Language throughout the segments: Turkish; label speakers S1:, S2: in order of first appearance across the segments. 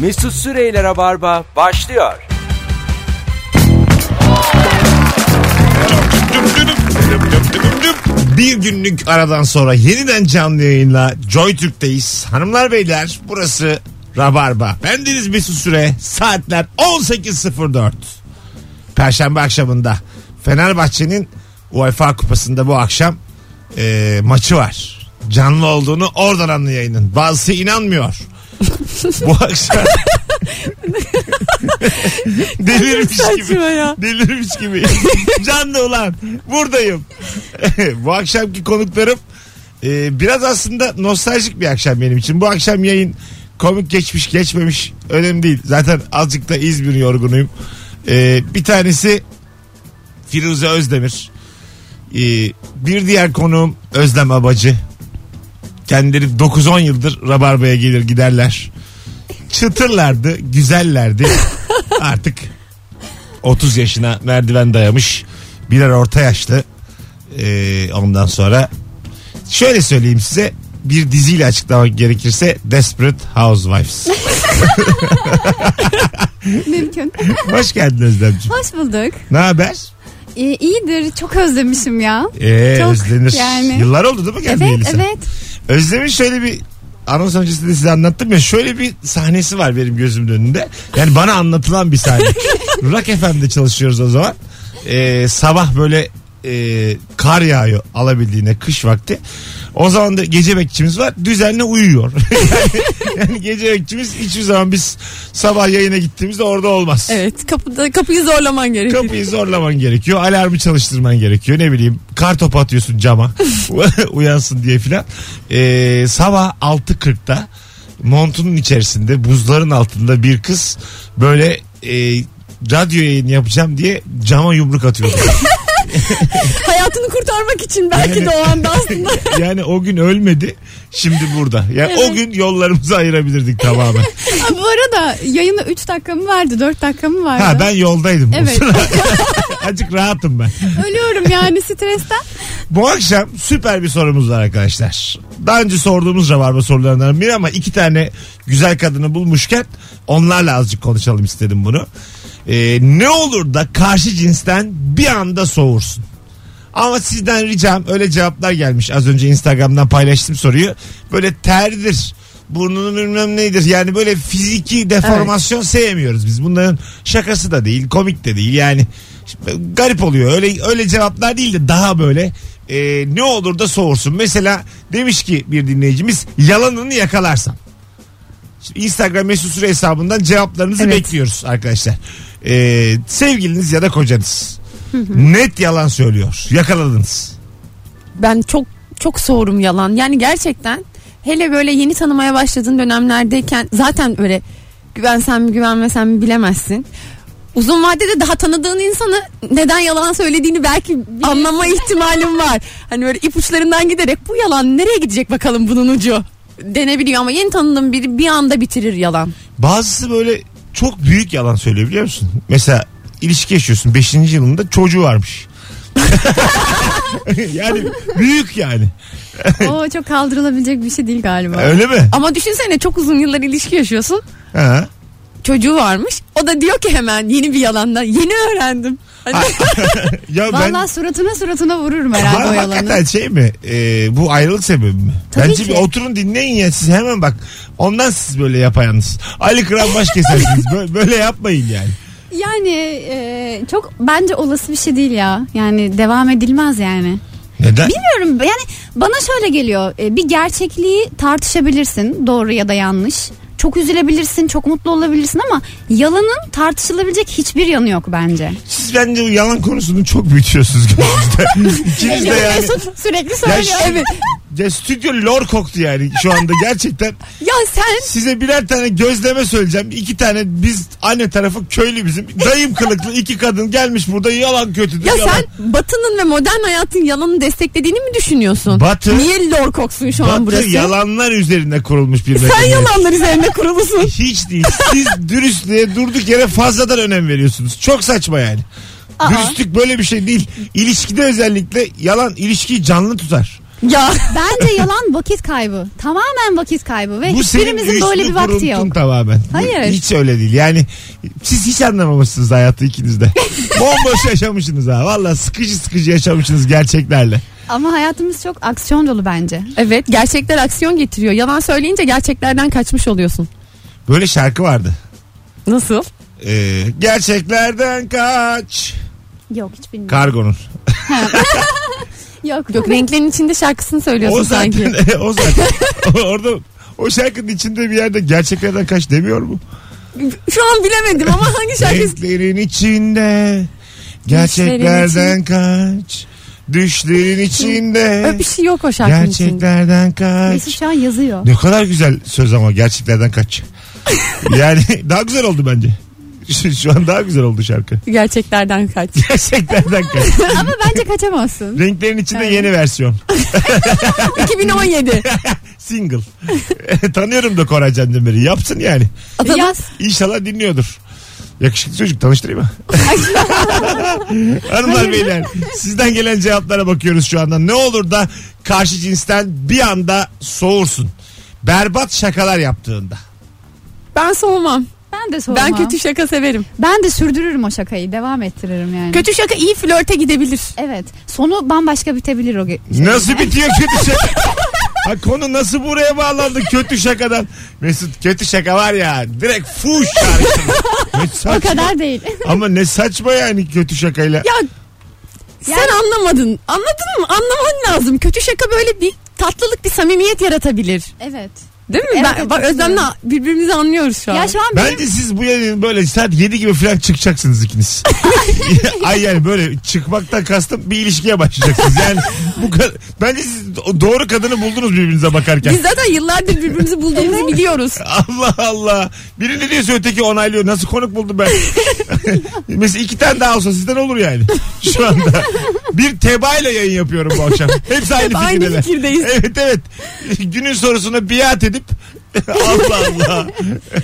S1: Mesut Süreyler'e barba başlıyor.
S2: Bir günlük aradan sonra yeniden canlı yayınla Joy Türk'teyiz. Hanımlar beyler burası Rabarba. Bendeniz Mesut Süre. Saatler 18.04. Perşembe akşamında Fenerbahçe'nin UEFA kupasında bu akşam e, maçı var. Canlı olduğunu oradan anlı yayının. Bazısı inanmıyor. bu akşam delirmiş gibi.
S3: Saçma ya.
S2: Delirmiş gibi. Canlı ulan. Buradayım. Bu akşamki konuklarım e, biraz aslında nostaljik bir akşam benim için. Bu akşam yayın komik geçmiş geçmemiş önemli değil. Zaten azıcık da İzmir yorgunuyum. E, bir tanesi Firuze Özdemir. E, bir diğer konuğum Özlem Abacı. Kendileri 9-10 yıldır Rabarba'ya gelir giderler. Çıtırlardı, güzellerdi. Artık 30 yaşına merdiven dayamış. Birer orta yaşlı. Ee, ondan sonra şöyle söyleyeyim size bir diziyle açıklamak gerekirse Desperate Housewives.
S3: Mümkün.
S2: Hoş geldin Özlemciğim.
S3: Hoş bulduk.
S2: Ne haber?
S3: İyi, iyidir. Çok özlemişim ya.
S2: Ee,
S3: Çok
S2: özlenir.
S3: yani.
S2: Yıllar oldu değil mi gelmeyeli
S3: evet
S2: sen?
S3: evet.
S2: Özlem'in şöyle bir anons öncesinde size anlattım ya şöyle bir sahnesi var benim gözümün önünde. Yani bana anlatılan bir sahne. Rock FM'de çalışıyoruz o zaman. Ee, sabah böyle e, kar yağıyor alabildiğine kış vakti. O zaman da gece bekçimiz var düzenli uyuyor. yani, yani gece bekçimiz hiçbir zaman biz sabah yayına gittiğimizde orada olmaz.
S4: Evet kapıda kapıyı zorlaman gerekiyor.
S2: Kapıyı zorlaman gerekiyor. Alarmı çalıştırman gerekiyor. Ne bileyim kar topu atıyorsun cama. Uyansın diye filan. Ee, sabah 6.40'da montunun içerisinde buzların altında bir kız böyle e, radyo yayını yapacağım diye cama yumruk atıyordu.
S4: Hayatını kurtarmak için belki
S2: Yani-
S4: de o anda aslında.
S2: yani o gün ölmedi. Şimdi burada. Yani o gün yollarımızı ayırabilirdik tamamen.
S3: Aa, bu arada yayına 3 dakika mı vardı 4 dakika mı vardı?
S2: Ha ben yoldaydım.
S3: Evet.
S2: Azıcık rahatım ben.
S3: Ölüyorum yani stresten.
S2: Bu akşam süper bir sorumuz var arkadaşlar. Daha önce sorduğumuz rabarba sorularından biri ama iki tane güzel kadını bulmuşken onlarla azıcık konuşalım istedim bunu. Ee, ne olur da karşı cinsten bir anda soğursun. Ama sizden ricam öyle cevaplar gelmiş. Az önce Instagram'dan paylaştım soruyu. Böyle terdir. Burnunun bilmem neydir. Yani böyle fiziki deformasyon sevmiyoruz biz. Bunların şakası da değil, komik de değil. Yani garip oluyor. Öyle öyle cevaplar değil de daha böyle e, ne olur da soğursun. Mesela demiş ki bir dinleyicimiz yalanını yakalarsan. Şimdi Instagram mesut süre hesabından cevaplarınızı
S4: Evet.
S2: bekliyoruz arkadaşlar. Ee, sevgiliniz ya da kocanız net yalan söylüyor. Yakaladınız.
S4: Ben çok çok soğurum yalan. Yani gerçekten hele böyle yeni tanımaya başladığın dönemlerdeyken zaten öyle güvensem mi güvenmesem mi bilemezsin. Uzun vadede daha tanıdığın insanı neden yalan söylediğini belki anlama ihtimalim var. Hani böyle ipuçlarından giderek bu yalan nereye gidecek bakalım bunun ucu denebiliyor ama yeni tanıdığın biri bir anda bitirir yalan.
S2: Bazısı böyle çok büyük yalan söylüyor biliyor musun? Mesela ilişki yaşıyorsun 5. yılında çocuğu varmış. yani büyük yani.
S3: Oo çok kaldırılabilecek bir şey değil galiba.
S2: Öyle mi?
S4: Ama düşünsene çok uzun yıllar ilişki yaşıyorsun.
S2: Ha.
S4: çocuğu varmış. O da diyor ki hemen yeni bir yalandan yeni öğrendim. Hani
S2: Ya
S3: Vallahi
S2: ben
S3: suratına suratına vururum herhalde o
S2: Var
S3: yalanı.
S2: hakikaten şey mi? Ee, bu ayrılık sebebi mi?
S3: Tabii
S2: Bence
S3: ki.
S2: bir oturun dinleyin ya siz hemen bak. Ondan siz böyle yapayalnız. Ali Kıran baş kesersiniz. böyle, böyle yapmayın yani.
S3: Yani e, çok bence olası bir şey değil ya. Yani devam edilmez yani.
S2: Neden?
S3: Bilmiyorum yani bana şöyle geliyor e, bir gerçekliği tartışabilirsin doğru ya da yanlış. Çok üzülebilirsin, çok mutlu olabilirsin ama yalanın tartışılabilecek hiçbir yanı yok bence.
S2: Siz bence bu yalan konusunu çok büyütüyorsunuz gözünüzde. İkiniz de yani.
S3: Mesut sürekli
S2: Ya,
S3: söylüyor.
S2: şu- ya stüdyo lor koktu yani şu anda gerçekten.
S4: ya sen
S2: Size birer tane gözleme söyleyeceğim. İki tane biz anne tarafı köylü bizim. Dayım kılıklı iki kadın gelmiş burada yalan kötüdür.
S4: ya
S2: yalan.
S4: sen Batı'nın ve modern hayatın yalanını desteklediğini mi düşünüyorsun?
S2: Batı-
S4: Niye lor koksun şu an
S2: Batı
S4: burası?
S2: yalanlar üzerine kurulmuş bir
S4: Sen
S2: medeniyet.
S4: yalanlar üzerine kurulusun.
S2: Hiç değil. Siz dürüstlüğe durduk yere fazladan önem veriyorsunuz. Çok saçma yani. Dürüstlük böyle bir şey değil. İlişkide özellikle yalan ilişkiyi canlı tutar.
S4: Ya
S3: Bence yalan vakit kaybı. Tamamen vakit kaybı ve
S2: Bu senin
S3: hiçbirimizin böyle
S2: üstün
S3: bir vakti yok.
S2: kuruntun tamamen. Bu
S3: Hayır.
S2: Hiç öyle değil. Yani siz hiç anlamamışsınız hayatı ikiniz de. Bomboş yaşamışsınız ha. Valla sıkıcı sıkıcı yaşamışsınız gerçeklerle.
S3: Ama hayatımız çok aksiyon dolu bence.
S4: evet gerçekler aksiyon getiriyor. Yalan söyleyince gerçeklerden kaçmış oluyorsun.
S2: Böyle şarkı vardı.
S4: Nasıl?
S2: Ee, gerçeklerden kaç.
S3: Yok hiç bilmiyorum.
S2: Kargonun.
S3: Yok.
S4: Yok renklerin içinde şarkısını söylüyorsun
S2: O
S4: sanki.
S2: zaten, o zaten. O- Orada o şarkının içinde bir yerde gerçeklerden kaç demiyor mu?
S4: Şu an bilemedim ama hangi şarkısı?
S2: Renklerin içinde gerçeklerden kaç. Düşlerin içinde
S4: Öyle bir şey yok o şarkının içinde.
S2: gerçeklerden
S3: Mesut
S2: kaç.
S3: şu an yazıyor.
S2: Ne kadar güzel söz ama gerçeklerden kaç. yani daha güzel oldu bence. Şu, şu an daha güzel oldu şarkı.
S4: Gerçeklerden kaç.
S2: Gerçeklerden kaç.
S3: Ama bence kaçamazsın.
S2: Renklerin içinde yeni versiyon.
S4: 2017.
S2: Single. Tanıyorum da Koray Candemir'i. Yapsın yani.
S4: Adana,
S3: Yaz.
S2: İnşallah dinliyordur. Yakışıklı çocuk tanıştırayım mı? Hanımlar beyler sizden gelen cevaplara bakıyoruz şu anda. Ne olur da karşı cinsten bir anda soğursun. Berbat şakalar yaptığında.
S4: ben soğumam.
S3: Ben de sormam.
S4: Ben kötü şaka severim.
S3: Ben de sürdürürüm o şakayı. Devam ettiririm yani.
S4: Kötü şaka iyi flörte gidebilir.
S3: Evet. Sonu bambaşka bitebilir o. ge-
S2: Nasıl bitiyor kötü şaka? Ha, konu nasıl buraya bağlandı kötü şakadan? Mesut kötü şaka var ya direkt fuş çağrıştırdı. Ne
S3: O
S2: saçma.
S3: kadar değil.
S2: Ama ne saçma yani kötü şakayla.
S4: Ya sen anlamadın. Anladın mı? Anlaman lazım. Kötü şaka böyle bir tatlılık bir samimiyet yaratabilir.
S3: evet.
S4: Değil mi?
S3: Evet,
S4: ben, bak
S3: katılıyorum.
S4: Özlem'le birbirimizi anlıyoruz şu an.
S3: Ya şu an
S2: Bence siz bu yayın böyle saat 7 gibi falan çıkacaksınız ikiniz. Ay yani böyle çıkmaktan kastım bir ilişkiye başlayacaksınız. Yani bu kadar, bence siz doğru kadını buldunuz birbirinize bakarken.
S4: Biz zaten yıllardır birbirimizi bulduğumuzu biliyoruz.
S2: Allah Allah. Biri ne diyorsa öteki onaylıyor. Nasıl konuk buldum ben? Mesela iki tane daha olsa sizden olur yani. Şu anda. Bir tebayla yayın yapıyorum bu akşam. Hepsi aynı,
S4: Hep aynı
S2: fikirdeler.
S4: fikirdeyiz.
S2: Evet evet. Günün sorusuna biat edip Allah Allah.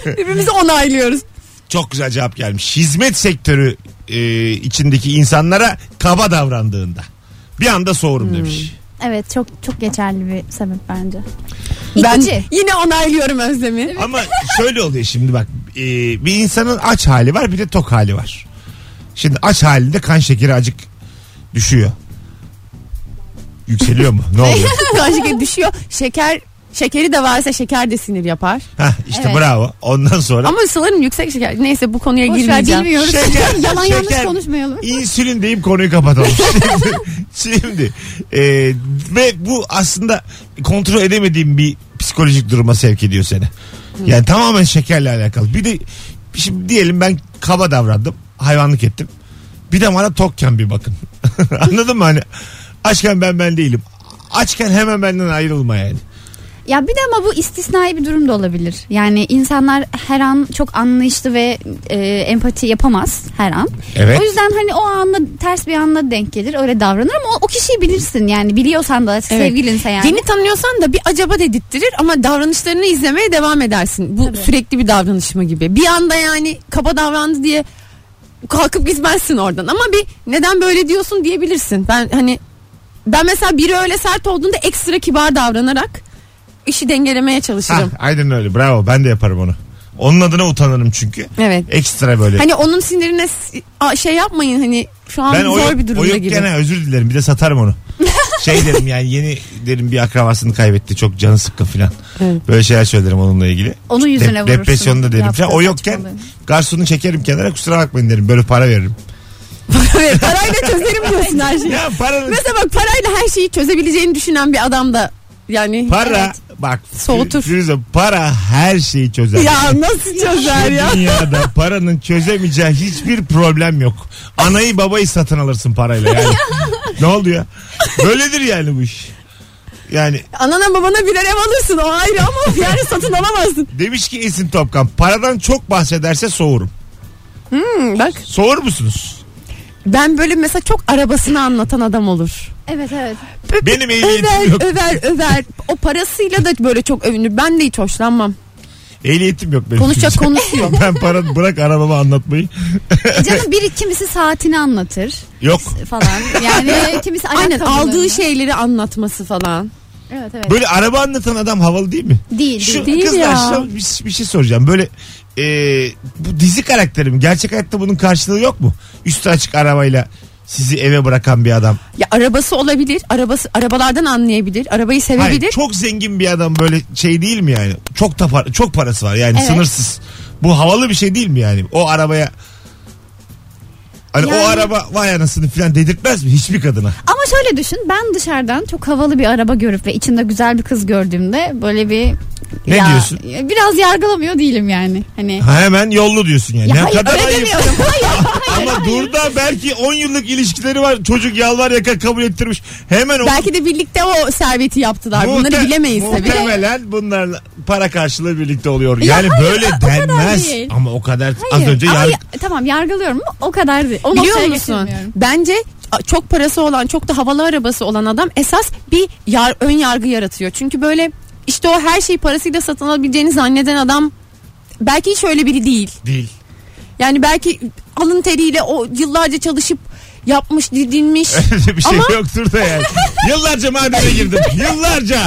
S4: Birbirimizi onaylıyoruz.
S2: Çok güzel cevap gelmiş. Hizmet sektörü e, içindeki insanlara kaba davrandığında. Bir anda soğurum
S4: Hmm.
S2: demiş.
S3: evet çok çok geçerli bir sebep bence.
S4: Ben
S3: İkinci.
S4: yine onaylıyorum Özlem'i.
S2: Ama şöyle oluyor şimdi bak. e, bir insanın aç hali var bir de tok hali var. Şimdi aç halinde kan şekeri acık düşüyor. Yükseliyor mu? Ne oluyor?
S4: Kan şekeri düşüyor. Şeker şekeri de varsa şeker de sinir yapar.
S2: Hah işte
S3: Evet.
S2: bravo. Ondan sonra
S4: Ama sanırım yüksek şeker. Neyse bu konuya
S3: Boş ver
S4: E, girmeyeceğim.
S3: bilmiyoruz.
S2: Şeker,
S3: Yalan yanlış
S2: şeker.
S3: konuşmayalım.
S2: İnsülin deyip konuyu kapatalım. Şimdi, şimdi, e, ve bu aslında kontrol edemediğim bir psikolojik duruma sevk ediyor seni. Yani tamamen şekerle alakalı. Bir de şimdi diyelim ben kaba davrandım. Hayvanlık ettim. Bir de bana tokken bir bakın. Anladın mı hani? Açken ben ben değilim. Açken hemen benden ayrılma yani.
S3: Ya bir de ama bu istisnai bir durum da olabilir. Yani insanlar her an çok anlayışlı ve e, empati yapamaz her an.
S2: Evet.
S3: O yüzden hani o anla ters bir anla denk gelir öyle davranır ama o, o kişiyi bilirsin yani biliyorsan da sevgilinse yani.
S4: Yeni tanıyorsan da bir acaba dedirttirir ama davranışlarını izlemeye devam edersin. Bu
S3: Tabii.
S4: sürekli bir davranışma gibi. Bir anda yani kaba davrandı diye kalkıp gitmezsin oradan ama bir neden böyle diyorsun diyebilirsin. Ben hani ben mesela biri öyle sert olduğunda ekstra kibar davranarak işi dengelemeye
S2: Hah,
S4: çalışırım.
S2: aynen öyle. Bravo. Ben de yaparım onu. Onun adına utanırım çünkü.
S4: Evet.
S2: Ekstra böyle.
S4: Hani onun sinirine s- a- şey yapmayın hani şu an
S2: Ben o,
S4: zor bir
S2: o
S4: durumda
S2: yok
S4: gibi.
S2: gene özür dilerim bir de satarım onu. şey derim yani yeni derim bir akrabasını kaybetti çok canı sıkkın filan.
S4: Evet.
S2: Böyle şeyler söylerim onunla ilgili.
S3: Onun yüzüne
S2: Dep-
S3: vurursun.
S2: depresyonda derim
S3: Yaptığı
S2: filan. O yokken
S3: saçmalığı.
S2: garsonu çekerim kenara kusura bakmayın derim böyle para veririm.
S4: Evet, parayla çözerim diyorsun her şeyi.
S2: Ya para
S4: Mesela bak parayla her şeyi çözebileceğini düşünen bir adam da yani
S2: para bak
S4: Soğutur.
S2: Firuze, para her şeyi çözer.
S4: Ya nasıl çözer
S2: Şu
S4: ya?
S2: dünyada paranın çözemeyeceği hiçbir problem yok. Anayı babayı satın alırsın parayla yani. ne oldu ya? Böyledir yani bu iş. Yani
S4: Anana babana birer ev alırsın o ayrı ama yani satın alamazsın.
S2: Demiş ki Esin Topkan paradan çok bahsederse soğurum.
S4: Hmm, bak
S2: Soğur musunuz?
S4: ben böyle mesela çok arabasını anlatan adam olur.
S3: Evet evet.
S2: Benim ehliyetim
S4: över
S2: yok.
S4: över över. O parasıyla da böyle çok övünür. Ben de hiç hoşlanmam.
S2: Ehliyetim yok benim.
S4: Konuşacak
S2: çünkü.
S4: konusu yok.
S2: ben para bırak arabamı anlatmayı.
S3: E canım biri kimisi saatini anlatır
S2: Yok.
S3: falan. Yani kimisi
S4: Aynen
S3: ayakkabılarını.
S4: aldığı şey- şeyleri anlatması falan.
S3: Evet evet.
S2: Böyle araba anlatan adam havalı değil mi?
S3: değil
S2: Şu
S3: değil.
S4: E, değil
S2: kızlar
S4: ya.
S2: sana bir, bir şey soracağım. Böyle e, bu dizi karakterim gerçek hayatta bunun karşılığı yok mu? Üstü açık arabayla sizi eve bırakan bir adam.
S4: Ya arabası olabilir. Arabası arabalardan anlayabilir. Arabayı
S2: Hayır,
S4: sevebilir.
S2: çok zengin bir adam böyle şey değil mi yani? Çok da para- çok parası var yani
S3: Evet.
S2: sınırsız. Bu havalı bir şey değil mi yani? O arabaya Hani o
S3: Yani-
S2: araba vay anasını falan dedirtmez mi hiçbir kadına?
S3: Ama şöyle düşün ben dışarıdan çok havalı bir araba görüp ve içinde güzel bir kız gördüğümde böyle bir
S2: Ne
S3: ya-
S2: diyorsun?
S3: ya biraz yargılamıyor değilim yani. Hani
S2: Ha, hemen yollu diyorsun yani.
S3: Ya
S2: ne
S3: hayır,
S2: kadar
S3: öyle
S2: ayıp.
S3: demiyorum.
S2: Ama dur da belki 10 yıllık ilişkileri var. Çocuk yalvar yakar kabul ettirmiş. Hemen o
S4: Belki de birlikte o serveti yaptılar. Bunları
S2: Muhte-
S4: bilemeyiz tabii.
S2: Muhtemelen bunlarla para karşılığı birlikte oluyor.
S3: Ya
S2: Yani
S3: hayır,
S2: böyle
S3: o- o kadar
S2: denmez.
S3: değil.
S2: Ama o kadar az
S3: Hayır.
S2: önce
S3: Ama
S2: yar-
S3: ya- tamam yargılıyorum ama o kadar değil. O
S4: Biliyor
S3: noktaya
S4: musun?
S3: getirmiyorum.
S4: Bence a- çok parası olan, çok da havalı arabası olan adam esas bir yar, ön yargı yaratıyor. Çünkü böyle işte o her şeyi parasıyla satın alabileceğini zanneden adam belki hiç öyle biri değil.
S2: değil.
S4: Yani belki alın teriyle o yıllarca çalışıp yapmış, didinmiş.
S2: Öyle bir şey
S4: Ama-
S2: yoktur da yani. Yıllarca madene girdim. Yıllarca.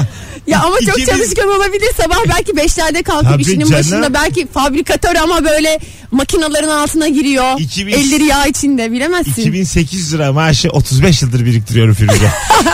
S4: ya ama çok
S2: İkimiz-
S4: çalışkan olabilir. Sabah belki beşlerde kalkıp
S2: Tabii
S4: işinin
S2: canım.
S4: başında belki fabrikatör ama böyle makinaların altına giriyor.
S2: 2000
S4: Elleri yağ içinde bilemezsin.
S2: 2800 lira maaşı 35 yıldır biriktiriyorum Firuze.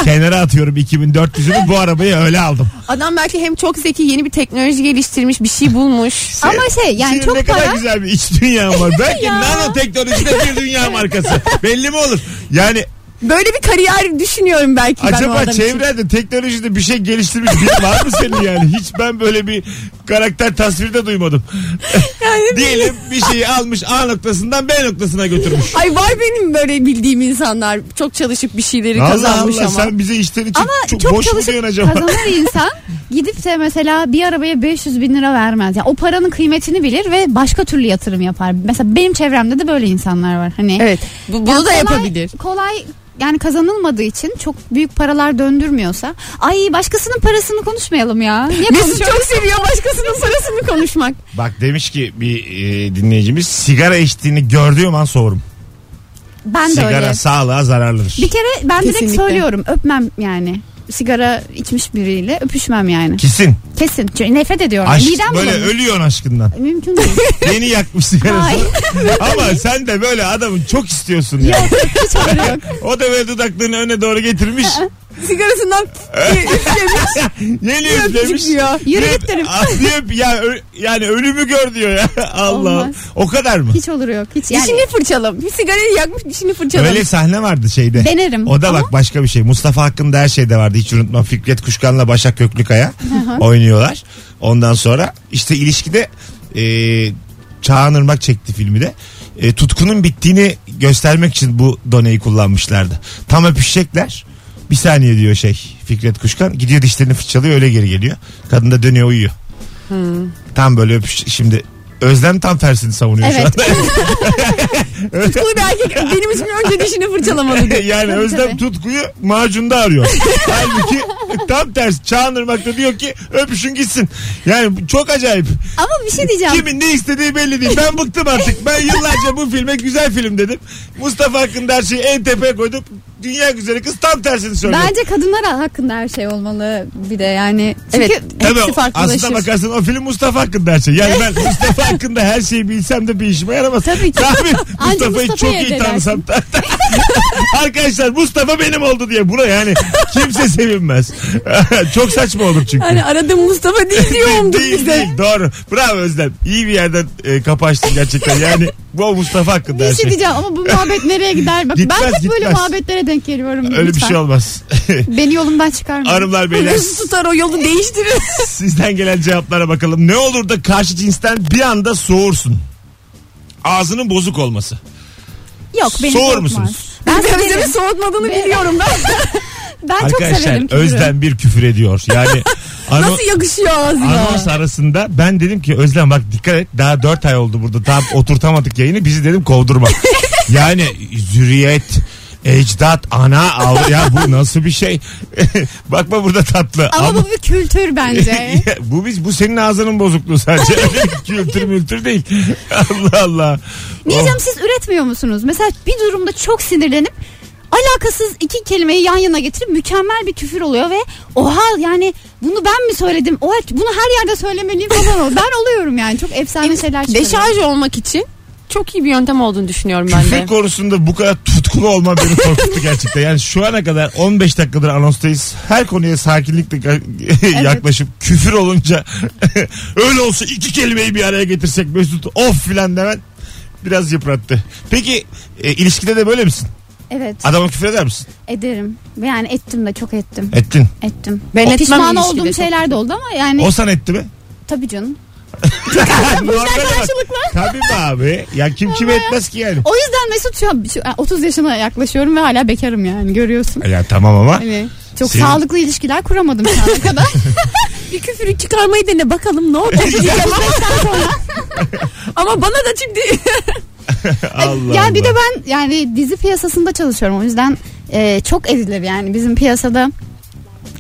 S2: Kenara atıyorum 2400'ünü bu arabayı öyle aldım.
S4: Adam belki hem çok zeki yeni bir teknoloji geliştirmiş bir şey bulmuş.
S3: Ama şey yani
S2: Senin ne
S3: çok
S2: kadar
S3: para
S2: güzel bir iç dünya var. Belki nanoteknolojide bir dünya markası. Belli mi olur? Yani
S4: Böyle bir kariyer düşünüyorum belki ben o
S2: Acaba
S4: adam için.
S2: çevrende teknolojide bir şey geliştirmiş biri var mı senin yani? Hiç ben böyle bir karakter tasviri de duymadım. Diyelim bir şeyi almış A noktasından B noktasına götürmüş.
S4: Ay var benim böyle bildiğim insanlar çok çalışıp bir şeyleri
S2: Allah
S4: kazanmış
S2: Allah
S4: ama.
S2: sen bize işten için
S3: ama
S2: çok,
S3: çok,
S2: boş mu
S3: çalışıp
S2: diyorsun acaba?
S3: kazanan insan gidip de mesela bir arabaya 500 bin lira vermez. Yani o paranın kıymetini bilir ve başka türlü yatırım yapar. Mesela benim çevremde de böyle insanlar var. Hani
S4: Evet. Bu, bunu
S3: Yani
S4: da
S3: kolay-
S4: yapabilir.
S3: Kolay yani kazanılmadığı için çok büyük paralar döndürmüyorsa ay başkasının parasını konuşmayalım ya. Niye
S4: Mesut
S3: konuşuyoruz?
S4: çok seviyor başkasının parasını konuşmak.
S2: Bak demiş ki bir e, dinleyicimiz sigara içtiğini gördüğüm an sorum.
S3: Ben de
S2: sigara
S3: öyle.
S2: sağlığa zararlıdır.
S3: Bir kere ben direkt
S4: Kesinlikle.
S3: söylüyorum öpmem yani. Sigara içmiş biriyle öpüşmem yani.
S2: Kesin.
S3: Kesin. Çünkü nefret ediyorum.
S2: Aşk
S3: Midem
S2: böyle
S3: bulanır.
S2: ölüyorsun aşkından.
S3: Mümkün değil.
S2: Yeni yakmış sigarasını.
S3: Hayır.
S2: Ama sen de böyle adamı çok istiyorsun ya.
S3: yok hiç öyle yok.
S2: O da böyle dudaklarını öne doğru getirmiş.
S4: Sigarasından şey-
S2: Yeni
S4: öpücük
S2: üflemiş.
S4: ya.
S3: Yürü
S2: Hep-
S3: git derim.
S2: Ah, hep ya ö- yani ölümü gör diyor ya. Allah.
S3: Olmaz.
S2: O kadar mı?
S3: Hiç olur yok. Hiç yani.
S4: Dişini fırçalam. Bir sigarayı yakmış dişini fırçalam.
S2: Öyle sahne vardı şeyde.
S3: Denerim.
S2: O da
S3: Ama-
S2: bak başka bir şey. Mustafa Hakkı'nda her şeyde vardı. Hiç unutmam. Fikret Kuşkan'la Başak Köklükaya oynuyorlar. Ondan sonra işte ilişkide e, Çağan Irmak çekti filmi de. E, tutkunun bittiğini göstermek için bu doneyi kullanmışlardı. Tam öpüşecekler. Bir saniye diyor şey Fikret Kuşkan. Gidiyor dişlerini fırçalıyor öyle geri geliyor. Kadın da dönüyor uyuyor.
S3: Hmm.
S2: Tam böyle öpüş. Şimdi Özlem tam tersini savunuyor şu
S3: Evet.
S2: anda.
S4: Tutkulu bir erkek benim için önce dişini fırçalamalı diyor.
S2: yani
S3: Tabii,
S2: Özlem
S3: tabii.
S2: tutkuyu macunda arıyor. Halbuki tam tersi Çağınırmak'ta diyor ki öpüşün gitsin. Yani bu çok acayip.
S3: Ama bir şey diyeceğim.
S2: Kimin ne istediği belli değil. Ben bıktım artık. Ben yıllarca bu filme güzel film dedim. Mustafa Hakkı'nın her şeyi en tepeye koydum. Dünya güzeli kız tam tersini söylüyor.
S3: Bence kadınlar hakkında her şey olmalı bir de yani. Çünkü
S4: Evet.
S2: Tabii
S4: hepsi farklılaşır.
S2: aslında bakarsan o film Mustafa hakkında her şey. Yani ben Mustafa hakkında her şeyi bilsem de bir işime yaramaz.
S3: Tabii ki.
S2: Tabii Mustafa'yı
S3: Mustafa'yı
S2: çok iyi
S3: elde
S2: tanısam. Arkadaşlar Mustafa benim oldu diye buna yani kimse sevinmez. çok saçma olur çünkü.
S4: Hani aradığım Mustafa değil diyorumdur
S2: Değil,
S4: bize.
S2: değil. Doğru. Bravo Özlem. İyi bir yerden e, kapaştın gerçekten. Yani bu Mustafa hakkında her
S3: Bir şey
S2: şey.
S3: diyeceğim ama bu muhabbet nereye gider? Bak
S2: Gitmez,
S3: ben hep böyle
S2: gitmez.
S3: muhabbetlere denk geliyorum.
S2: Öyle bir
S3: lütfen.
S2: şey olmaz.
S3: Beni yolumdan çıkarma.
S2: Hanımlar beyler
S4: Nasıl tutar o yolu değiştirir.
S2: Sizden gelen cevaplara bakalım. Ne olur da karşı cinsten bir anda soğursun. Ağzının bozuk olması.
S3: Yok beni
S2: Soğur
S3: korkmaz.
S2: musunuz?
S3: Ben
S4: Sebzemi
S3: severim.
S4: soğutmadığını biliyorum ben.
S3: Ben çok severim
S2: Arkadaşlar
S3: küfürü.
S2: Özlem bir küfür ediyor. Yani ano-
S4: Nasıl yakışıyor ağzına?
S2: anons arasında ben dedim ki Özlem bak dikkat et daha 4 ay oldu burada tam oturtamadık yayını bizi dedim kovdurma. yani zürriyet Ecdat, ana, av ya bu nasıl bir şey? Bakma burada tatlı.
S3: Ama, bu bir kültür bence.
S2: Ya bu biz bu senin ağzının bozukluğu sadece. kültür mültür değil. Allah Allah.
S3: Niye
S2: Oh.
S3: canım siz üretmiyor musunuz? Mesela bir durumda çok sinirlenip alakasız iki kelimeyi yan yana getirip mükemmel bir küfür oluyor ve oha yani bunu ben mi söyledim? Oha bunu her yerde söylemeliyim falan oluyor. Ben oluyorum yani çok efsane şeyler çıkıyor.
S4: Deşarj olmak için çok iyi bir yöntem olduğunu düşünüyorum ben
S2: Küfür
S4: de.
S2: konusunda bu kadar tutkulu olma beni korkuttu gerçekten. Yani şu ana kadar 15 dakikadır anonstayız. Her konuya sakinlikle ka- yaklaşıp küfür olunca öyle olsa iki kelimeyi bir araya getirsek Mesut of filan demen biraz yıprattı. Peki e, ilişkide de böyle misin?
S3: Evet
S2: Adama küfür eder misin?
S3: ederim. Yani ettim de çok ettim.
S2: Ettin.
S3: Ettim.
S4: Ben
S3: O
S4: etmem
S3: Pişman
S4: ilişkide
S3: olduğum
S4: çok.
S3: şeyler de oldu ama yani
S2: O sana etti mi?
S3: tabii canım.
S2: Normal bak. Tabii be abi. Ya kim kime etmez ki yani.
S3: O yüzden Mesut şu an şu- yani 30 yaşına yaklaşıyorum ve hala bekarım yani görüyorsun.
S2: Ya tamam ama.
S3: Hani çok
S2: Senin-
S3: sağlıklı ilişkiler kuramadım şu ana kadar.
S4: bir küfürü çıkarmayı dene bakalım ne olacak. Ama bana da şimdi
S2: Allah
S3: ya bir de
S2: Allah.
S3: ben yani dizi piyasasında çalışıyorum o yüzden e, çok edilir yani bizim piyasada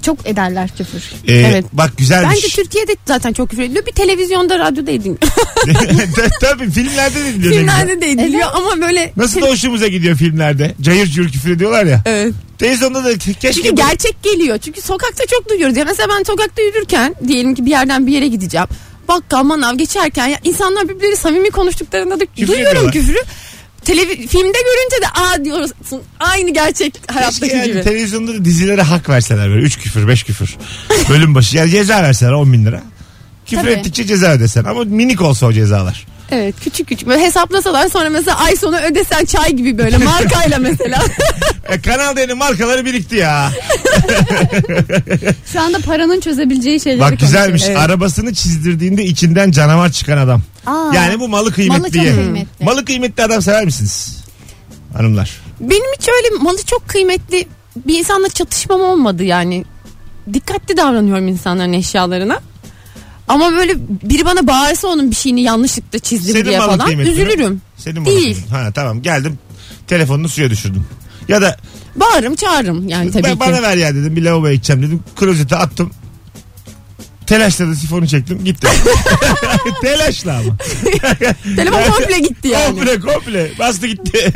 S3: çok ederler küfür.
S2: Ee,
S4: Evet.
S2: Bak güzelmiş.
S4: bence Türkiye'de zaten çok küfür ediliyor. Bir televizyonda radyoda ediliyor.
S2: Tabii filmlerde de dinliyor.
S4: Filmlerde de ediliyor
S3: Evet.
S4: ama böyle
S2: Nasıl da hoşumuza gidiyor filmlerde. Cayır cayır küfür ediyorlar ya.
S4: Evet.
S2: Televizyonda da ke- keşke
S4: Çünkü gerçek geliyor. Çünkü sokakta çok duyuyoruz. Ya mesela ben sokakta yürürken diyelim ki bir yerden bir yere gideceğim. Bakkal manav geçerken ya insanlar birbirleri samimi konuştuklarında da
S2: Küfür
S4: duyuyorum
S2: ediyorlar.
S4: küfürü. Televi- filmde görünce de aa diyorsun. Aynı gerçek
S2: keşke
S4: hayattaki
S2: yani
S4: gibi.
S2: televizyonda da dizilere hak verseler böyle. 3 küfür 5 küfür. Bölüm başı. Yani ceza verseler 10 bin lira. Küfür
S3: Tabii.
S2: ettikçe ceza ödesen. Ama minik olsa o cezalar.
S4: evet küçük küçük böyle hesaplasalar sonra mesela ay sonu ödesen çay gibi böyle markayla mesela.
S2: E, Kanal D'nin markaları birikti ya.
S3: Şu anda paranın çözebileceği şeyleri
S2: Bak güzelmiş.
S3: konuşuyoruz.
S2: Arabasını çizdirdiğinde içinden canavar çıkan adam.
S3: Aa,
S2: Yani bu malı kıymetli.
S3: Malı çok kıymetli.
S2: Malı kıymetli adam sever misiniz? Hanımlar.
S4: Benim hiç öyle malı çok kıymetli bir insanla çatışmam olmadı yani. Dikkatli davranıyorum insanların eşyalarına. Ama böyle biri bana bağırsa onun bir şeyini yanlışlıkla çizdim
S2: Senin
S4: diye
S2: malın
S4: falan
S2: kıymetli mi?
S4: üzülürüm.
S2: Senin malı
S4: Değil.
S2: kıymetli. Ha tamam geldim. Telefonunu suya düşürdüm. Ya da
S4: Bağırırım çağırırım yani tabii
S2: ben,
S4: ki.
S2: bana ver ya dedim bir lavaboya gideceğim dedim. Klozete attım. Telaşla da sifonu çektim gittim. Telaşla ama.
S4: Telefon komple gitti yani.
S2: Komple komple bastı gitti.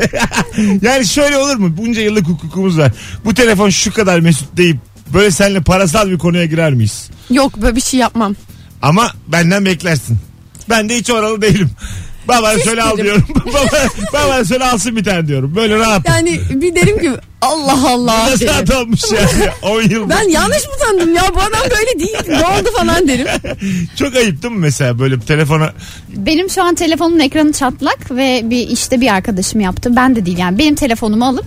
S2: yani şöyle olur mu? Bunca yıllık hukukumuz var. Bu telefon şu kadar mesut deyip böyle seninle parasal bir konuya girer miyiz?
S4: Yok böyle bir şey yapmam.
S2: Ama benden beklersin. Ben de hiç oralı değilim. Babana söyle al
S4: dedim.
S2: diyorum. Baba, babana söyle alsın bir tane diyorum. Böyle rahat.
S4: Yani bir derim ki Allah Allah.
S2: Nasıl
S4: derim.
S2: adammış yani 10 yıl.
S4: Ben yanlış mı sandım ya bu adam böyle değil ne oldu falan derim.
S2: Çok ayıp değil mi mesela böyle bir telefona?
S3: Benim şu an telefonumun ekranı çatlak ve bir işte bir arkadaşım yaptı. Ben de değil yani benim telefonumu alıp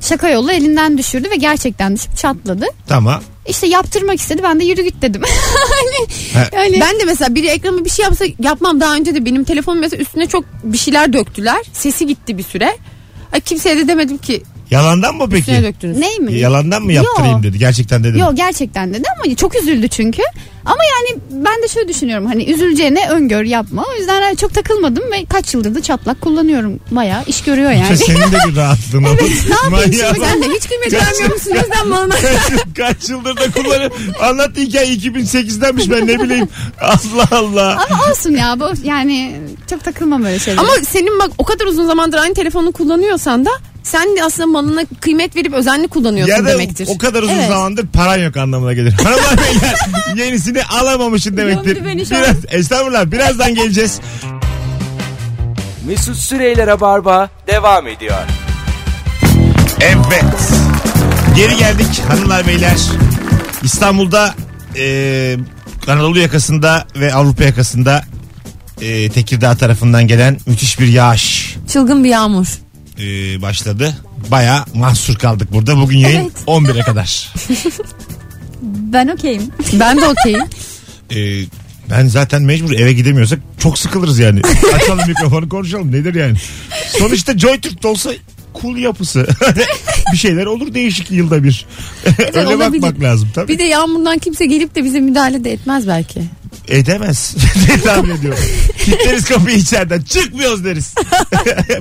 S3: şaka yolu elinden düşürdü ve gerçekten düşüp çatladı.
S2: Tamam.
S3: İşte yaptırmak istedi ben de yürü git dedim.
S2: Ha.
S3: yani, yani
S4: Ben de mesela biri ekrana bir şey yapsa yapmam daha önce de benim telefonum mesela üstüne çok bir şeyler döktüler. Sesi gitti bir süre. Ay, kimseye de demedim ki
S2: Yalandan mı
S4: üstüne
S2: peki?
S4: döktünüz.
S3: ney mi?
S2: Yalandan mı yaptırayım
S3: Yo.
S2: dedi. Gerçekten dedi. mi?
S3: Yok gerçekten dedi ama çok üzüldü çünkü. Ama yani ben de şöyle düşünüyorum hani üzüleceğine öngör yapma. O yüzden hani çok takılmadım ve kaç yıldır da çatlak kullanıyorum. Bayağı iş görüyor yani.
S2: Senin de bir rahatlığın oldu.
S3: ne yapayım şimdi?
S2: Manyak.
S4: Sen de hiç kıymet vermiyor musun? Yüzden malına.
S2: Kaç, kaç yıldır da kullanıp anlattı hikaye 2008'denmiş ben ne bileyim. Allah Allah.
S3: ama olsun ya bu yani çok takılmam öyle şeylere.
S4: Ama senin bak o kadar uzun zamandır aynı telefonu kullanıyorsan da sen de aslında malına kıymet verip özenli kullanıyorsun
S2: Ya da
S4: demektir.
S2: o kadar uzun
S4: Evet.
S2: zamandır paran yok anlamına gelir. Hanımlar beyler yenisini alamamışsın demektir.
S4: Gömdü beni şu an.
S2: Biraz, estağfurullah birazdan geleceğiz.
S1: Mesut Süreyler'e barba devam ediyor.
S2: Evet. Geri geldik hanımlar beyler. İstanbul'da e, Anadolu yakasında ve Avrupa yakasında e, Tekirdağ tarafından gelen müthiş bir yağış
S4: Çılgın bir yağmur.
S2: e, başladı. Baya mahsur kaldık burada. Bugün yayın
S3: Evet.
S2: 11'e kadar.
S3: ben okeyim.
S4: Ben de okeyim.
S2: E, ben zaten mecbur eve gidemiyorsak çok sıkılırız yani. Açalım mikrofonu konuşalım nedir yani. Sonuçta JoyTürk'te olsa cool yapısı. bir şeyler olur değişik yılda bir. Öyle
S4: olabilir.
S2: bakmak lazım tabii.
S4: Bir de yağmurdan kimse gelip de bize müdahale de etmez belki.
S2: Edemez. diye tahmin ediyorum. Kilitleriz kapıyı içeriden. Çıkmıyoruz deriz.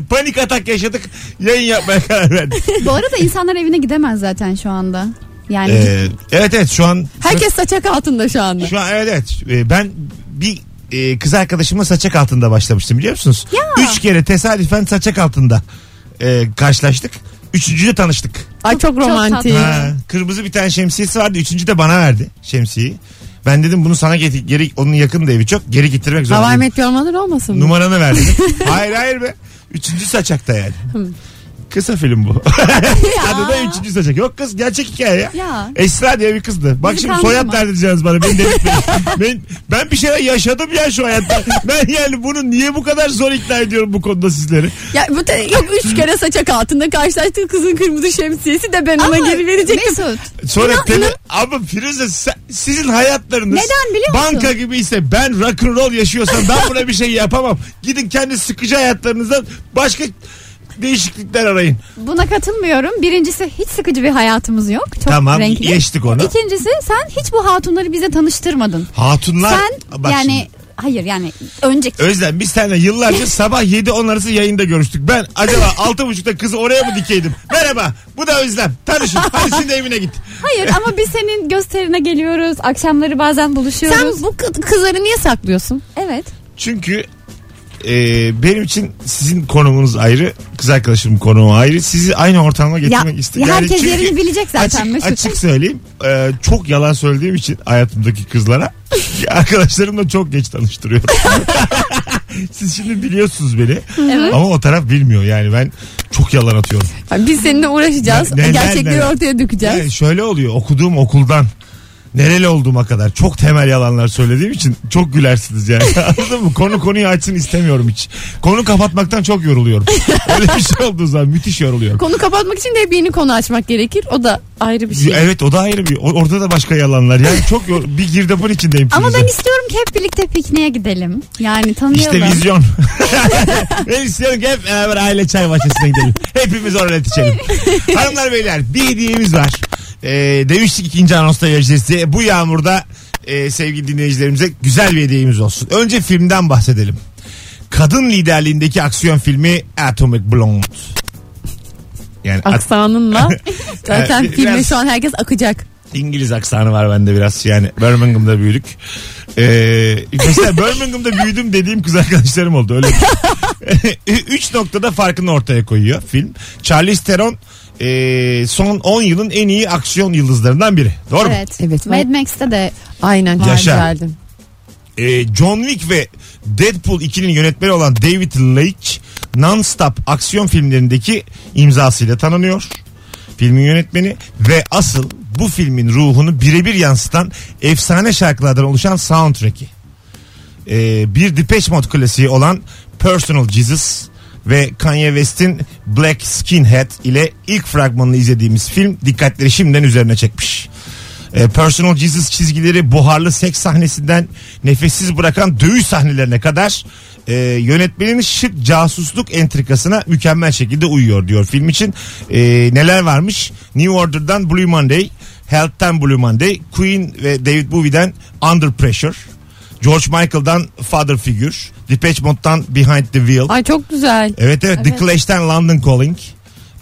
S2: Panik atak yaşadık. Yayın yapmaya karar verdik.
S3: Bu arada insanlar evine gidemez zaten şu anda. Yani
S2: Ee, evet evet şu an
S4: Herkes saçak altında şu anda.
S2: Şu an evet evet. Ee, Ben bir e, kız arkadaşımla saçak altında başlamıştım biliyor musunuz? Üç kere tesadüfen saçak altında e, karşılaştık. Üçüncüde tanıştık.
S4: Ay çok
S3: Çok
S4: romantik.
S3: tatlı.
S2: Ha, kırmızı bir tane şemsiyesi vardı. Üçüncü de bana verdi şemsiyeyi. Ben dedim bunu sana getir, geri onun yakın da evi çok geri getirmek
S4: Havai
S2: zorundayım.
S4: Met yormaları olmasın mı?
S2: Numaranı verdi. hayır hayır be. Üçüncü saçakta yani. Kısa film bu. Adı da üçüncü saçak. Yok kız gerçek hikaye ya.
S3: Ya.
S2: Esra diye bir kızdı. Bak
S3: Bizi
S2: şimdi soyad
S3: kandırma.
S2: verdireceğiniz bana. Beni delirtmeyin. ben, ben bir şeyler yaşadım ya şu hayatta. Ben yani bunu niye bu kadar zor ikna ediyorum bu konuda sizleri?
S4: Ya bu da- yok üç kere saçak altında karşılaştığı kızın kırmızı şemsiyesi de ben ona
S3: Ama
S4: geri verecektim.
S3: Mesut
S2: Sonra
S3: İnan-
S2: tele-
S3: inan-
S2: ama Firuze sen- sizin hayatlarınız
S3: Neden biliyor musun?
S2: banka gibiyse ben rock and roll yaşıyorsam ben buna bir şey yapamam. Gidin kendi sıkıcı hayatlarınızdan başka değişiklikler arayın.
S3: buna katılmıyorum. Birincisi hiç sıkıcı bir hayatımız yok. Çok
S2: tamam
S3: renkli.
S2: geçtik onu.
S3: İkincisi sen hiç bu hatunları bize tanıştırmadın.
S2: Hatunlar
S3: sen
S2: bak
S3: yani
S2: şimdi.
S3: hayır yani önceki
S2: Özlem biz seninle yıllarca sabah 7-10 arası yayında görüştük. Ben acaba 6.30'da kızı oraya mı dikeydim? Merhaba bu da Özlem. Tanışın. Hadi şimdi evine git.
S3: hayır ama biz senin gösterine geliyoruz. Akşamları bazen buluşuyoruz.
S4: Sen bu kı- kızları niye saklıyorsun?
S3: Evet.
S2: Çünkü e, benim için sizin konumunuz ayrı. Kız arkadaşımın konumu ayrı. Sizi aynı ortama getirmek istedim. Yani
S3: herkes
S2: çünkü
S3: yerini bilecek zaten
S2: açık,
S3: Mesut.
S2: Açık söyleyeyim. e, çok yalan söylediğim için hayatımdaki kızlara arkadaşlarımla çok geç tanıştırıyorum. Siz şimdi biliyorsunuz beni.
S4: Evet.
S2: Ama o taraf bilmiyor. Yani ben çok yalan atıyorum.
S4: Ay, Biz seninle uğraşacağız.
S2: Ne- neler-
S4: Gerçekleri
S2: neler.
S4: ortaya dökeceğiz.
S2: Yani şöyle oluyor okuduğum okuldan nereli olduğuma kadar çok temel yalanlar söylediğim için çok gülersiniz yani. Anladın mı? Konu konuyu açsın istemiyorum hiç. Konu kapatmaktan çok yoruluyorum. Öyle bir şey olduğu zaman müthiş yoruluyorum.
S4: Konu kapatmak için de hep yeni konu açmak gerekir. O da ayrı bir şey.
S2: Evet o da ayrı bir. o- Orada da başka yalanlar. Yani çok yor- bir girdapın içindeyim.
S3: Ama
S2: Firuze.
S3: ben istiyorum ki hep birlikte pikniğe gidelim. Yani tanıyalım.
S2: İşte vizyon. ben istiyorum ki hep beraber aile çay bahçesine gidelim. Hepimiz oraya içelim. Hanımlar beyler bir hediyemiz var. Ee, demiştik ikinci anonsta vereceğiz diye. Bu yağmurda e, sevgili dinleyicilerimize güzel bir hediyemiz olsun. Önce filmden bahsedelim. Kadın liderliğindeki aksiyon filmi Atomic Blonde. Yani at-
S4: Aksanınla. Zaten
S2: Evet,
S4: filme
S2: biraz-
S4: şu an herkes akacak.
S2: İngiliz aksanı var bende biraz yani Birmingham'da büyüdük. Ee, mesela Birmingham'da büyüdüm dediğim kız arkadaşlarım oldu öyle. Üç noktada farkını ortaya koyuyor film. Charlize Theron e, son 10 yılın en iyi aksiyon yıldızlarından biri. Doğru mu?
S3: Evet.
S4: Evet,
S3: Mad Max'te de
S4: Aynen.
S2: Yaşa.
S4: Geldim.
S2: Ee, John Wick ve Deadpool 2'nin yönetmeni olan David Leitch non-stop aksiyon filmlerindeki imzasıyla tanınıyor. Filmin yönetmeni ve asıl bu filmin ruhunu birebir yansıtan efsane şarkılardan oluşan soundtrack'i. Ee, bir Depeche Mode klasiği olan Personal Jesus ve Kanye West'in Black Skinhead ile ilk fragmanını izlediğimiz film dikkatleri şimdiden üzerine çekmiş. E, Personal Jesus çizgileri buharlı seks sahnesinden nefessiz bırakan dövüş sahnelerine kadar e, yönetmenin şık casusluk entrikasına mükemmel şekilde uyuyor diyor film için. E, neler varmış? New Order'dan Blue Monday, Health'ten Blue Monday, Queen ve David Bowie'den Under Pressure, George Michael'dan Father Figure, Depeche Mode'dan Behind the Wheel.
S4: Ay çok güzel.
S2: Evet evet, The Clash'ten London Calling,